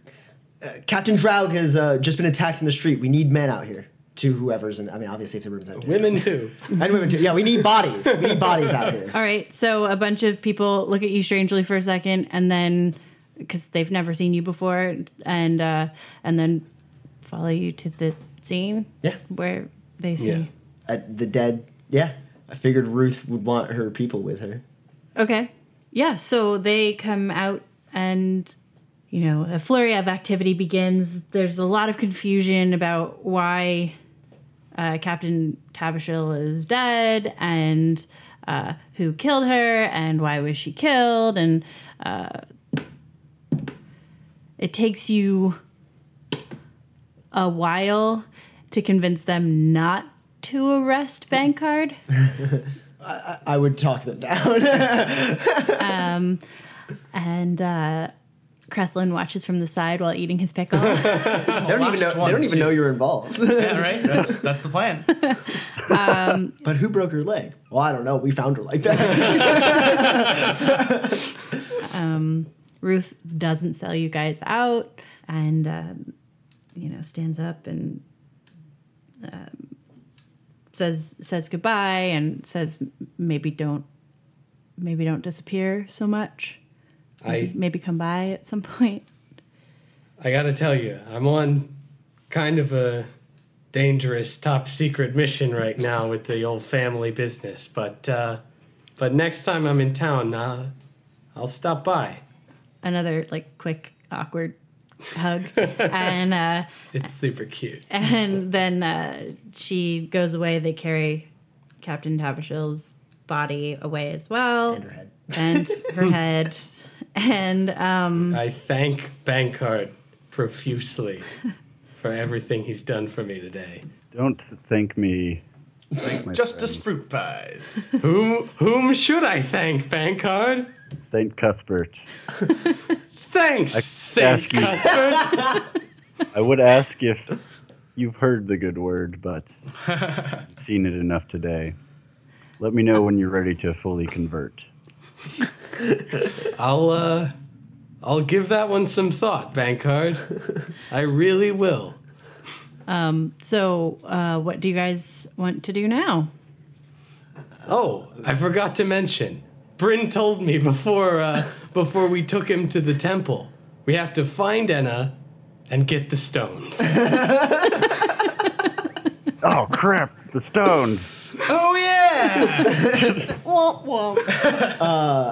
S2: uh, Captain Draug has uh, just been attacked in the street. We need men out here." To whoever's in, I mean, obviously, if the room's empty.
S5: Women too.
S2: And women, too. Yeah, we need bodies. We need bodies out here.
S1: All right, so a bunch of people look at you strangely for a second, and then because they've never seen you before, and uh, and then follow you to the scene.
S2: Yeah.
S1: where they see.
S5: Yeah.
S2: At the dead, yeah. I figured Ruth would want her people with her.
S1: Okay, yeah. So they come out, and you know, a flurry of activity begins. There's a lot of confusion about why uh, Captain Tavishil is dead, and uh, who killed her, and why was she killed, and uh, it takes you a while to convince them not to arrest Bankard.
S2: I would talk them down.
S1: And uh, Krethlin watches from the side while eating his pickle.
S2: they don't even
S7: Oh, last
S2: know.
S7: one,
S2: They don't even
S7: too.
S2: know you're involved.
S7: Yeah, right. That's that's the plan.
S2: but who broke her leg? Well, I don't know. We found her like that.
S1: Ruth doesn't sell you guys out, and um, you know stands up and um, says says goodbye and says maybe don't maybe don't disappear so much.
S5: I,
S1: Maybe come by at some point.
S5: I gotta tell you, I'm on kind of a dangerous top secret mission right now with the old family business, but, uh, but next time I'm in town, uh, I'll stop by.
S1: another like quick awkward hug and uh
S5: It's super cute.
S1: and then uh she goes away they carry captain tabishil's body away as well and her head and her head and um
S5: I thank Bankard profusely for everything he's done for me today.
S4: don't thank me. Thank my
S7: Justice fruit pies.
S5: Whom whom should I thank, Bankard?
S4: friend, Saint Cuthbert.
S5: Thanks, Saint
S4: ask you-
S5: Cuthbert.
S4: I would ask if you've heard the good word, but I've seen it enough today. Let me know when you're ready to fully convert.
S5: I'll uh, I'll give that one some thought, Bankard. I really will.
S1: so uh what do you guys want to do now
S5: Oh, I forgot to mention. Bryn told me before uh, before we took him to the temple. We have to find Enna and get the stones.
S4: Oh crap! The stones.
S7: oh yeah.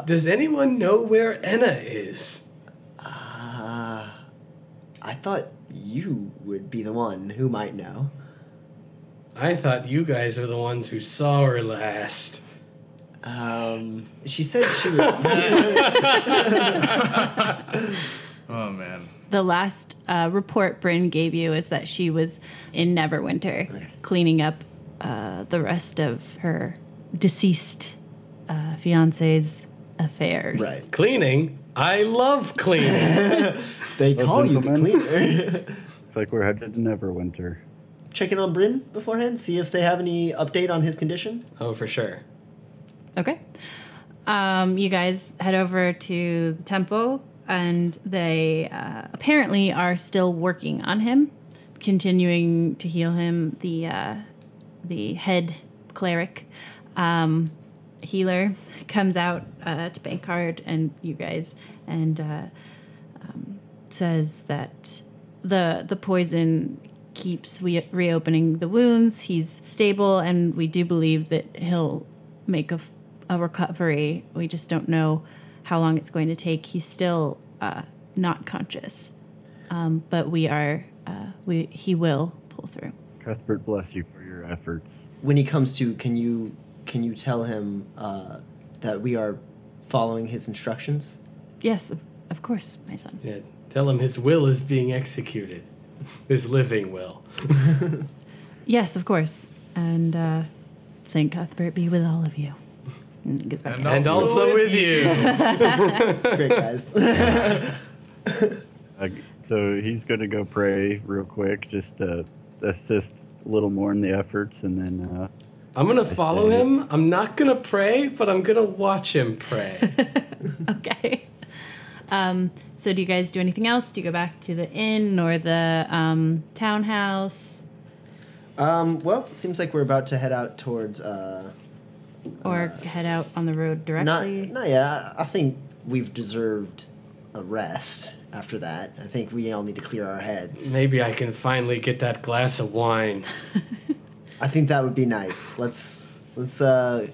S5: Does anyone know where Enna is?
S2: I thought you would be the one who might know.
S5: I thought you guys were the ones who saw her last.
S2: Um, she said she was.
S7: Oh man.
S1: the last uh, report Bryn gave you is that she was in Neverwinter cleaning up uh, the rest of her deceased uh, fiance's affairs.
S2: right.
S5: Cleaning? I love cleaning.
S2: They call you the
S4: gentlemen.
S2: cleaner.
S4: It's like we're headed to Neverwinter.
S2: Check in on Bryn beforehand, see if they have any update on his condition.
S5: Oh, for sure.
S1: Okay. Um, you guys head over to the tempo, and they uh, apparently are still working on him, continuing to heal him. The uh, the head cleric um, healer comes out uh, to Bankard and you guys, and uh, um, says that the the poison keeps we reopening the wounds. He's stable, and we do believe that he'll make a, f- a recovery. We just don't know how long it's going to take. He's still uh, not conscious, um, but we are. Uh, we he will pull through.
S4: Cuthbert, bless you for your efforts.
S2: When he comes to, can you can you tell him uh, that we are following his instructions?
S1: Yes, of- of course, my son.
S5: Yeah. Tell him his will is being executed. His living will.
S1: Yes, of course. And uh, Saint Cuthbert be with all of you. And he goes back. out.
S5: And also with you.
S2: Great guys.
S4: Uh, so he's going to go pray real quick, just to assist a little more in the efforts, and then uh,
S5: I'm gonna follow
S4: see.
S5: him. I'm not gonna pray, but I'm gonna watch him pray.
S1: okay. Um, so do you guys do anything else? Do you go back to the inn or the um, townhouse
S2: um, well, seems like we're about to head out towards. Uh,
S1: or head out on the road
S2: not,
S1: directly?
S2: not yeah. I I think we've deserved a rest after that. I think we all need to clear our heads.
S5: Maybe I can finally get that glass of wine.
S2: I think that would be nice. Let's let's uh,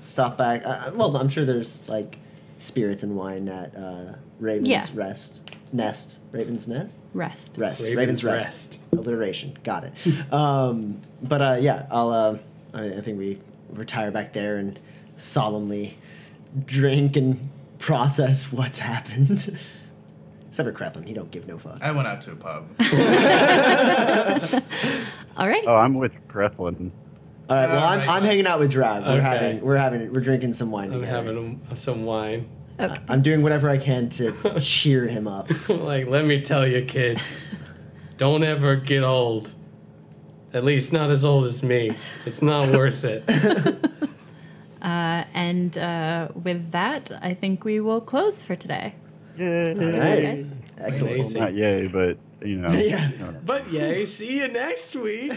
S2: stop back. Uh, well, I'm sure there's like spirits and wine at uh, Raven's
S1: Yeah.
S2: Rest Nest. Raven's Nest.
S1: Rest.
S2: Rest.
S5: Raven's
S2: Raven's, Rest. Alliteration. Got it. um, but uh, yeah, I'll. Uh, I, I think we retire back there and solemnly drink and process what's happened. Except for Creflin, he don't give no fucks.
S7: I went out to a pub.
S1: All right.
S4: oh, I'm with Grethlin.
S2: All right. Well,
S7: All
S2: I'm,
S7: right.
S2: I'm hanging out with Drag. We're
S5: Okay.
S2: having we're having we're drinking some wine
S5: I'm
S2: together.
S5: having a- some wine.
S1: okay.
S2: I'm doing whatever I can to cheer him up.
S5: like, let me tell you, kid, don't ever get old. At least not as old as me. It's not worth it.
S1: And uh, with that, I think we will close for today.
S2: All
S4: Yay!
S2: right. Excellent.
S5: Amazing.
S4: Not yay, but you know.
S2: Yeah.
S4: you know what I
S5: But yay, see you next week.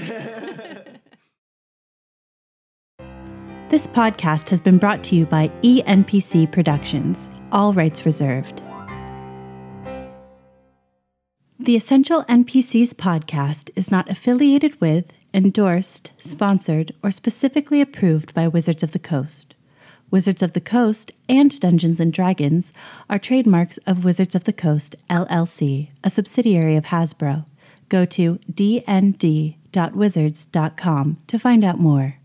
S1: This podcast has been brought to you by E ENPC Productions, all rights reserved. The Essential NPCs podcast is not affiliated with, endorsed, sponsored, or specifically approved by Wizards of the Coast. Wizards of the Coast and Dungeons and Dragons are trademarks of Wizards of the Coast LLC, a subsidiary of Hasbro. Go to dnd.wizards.com to find out more.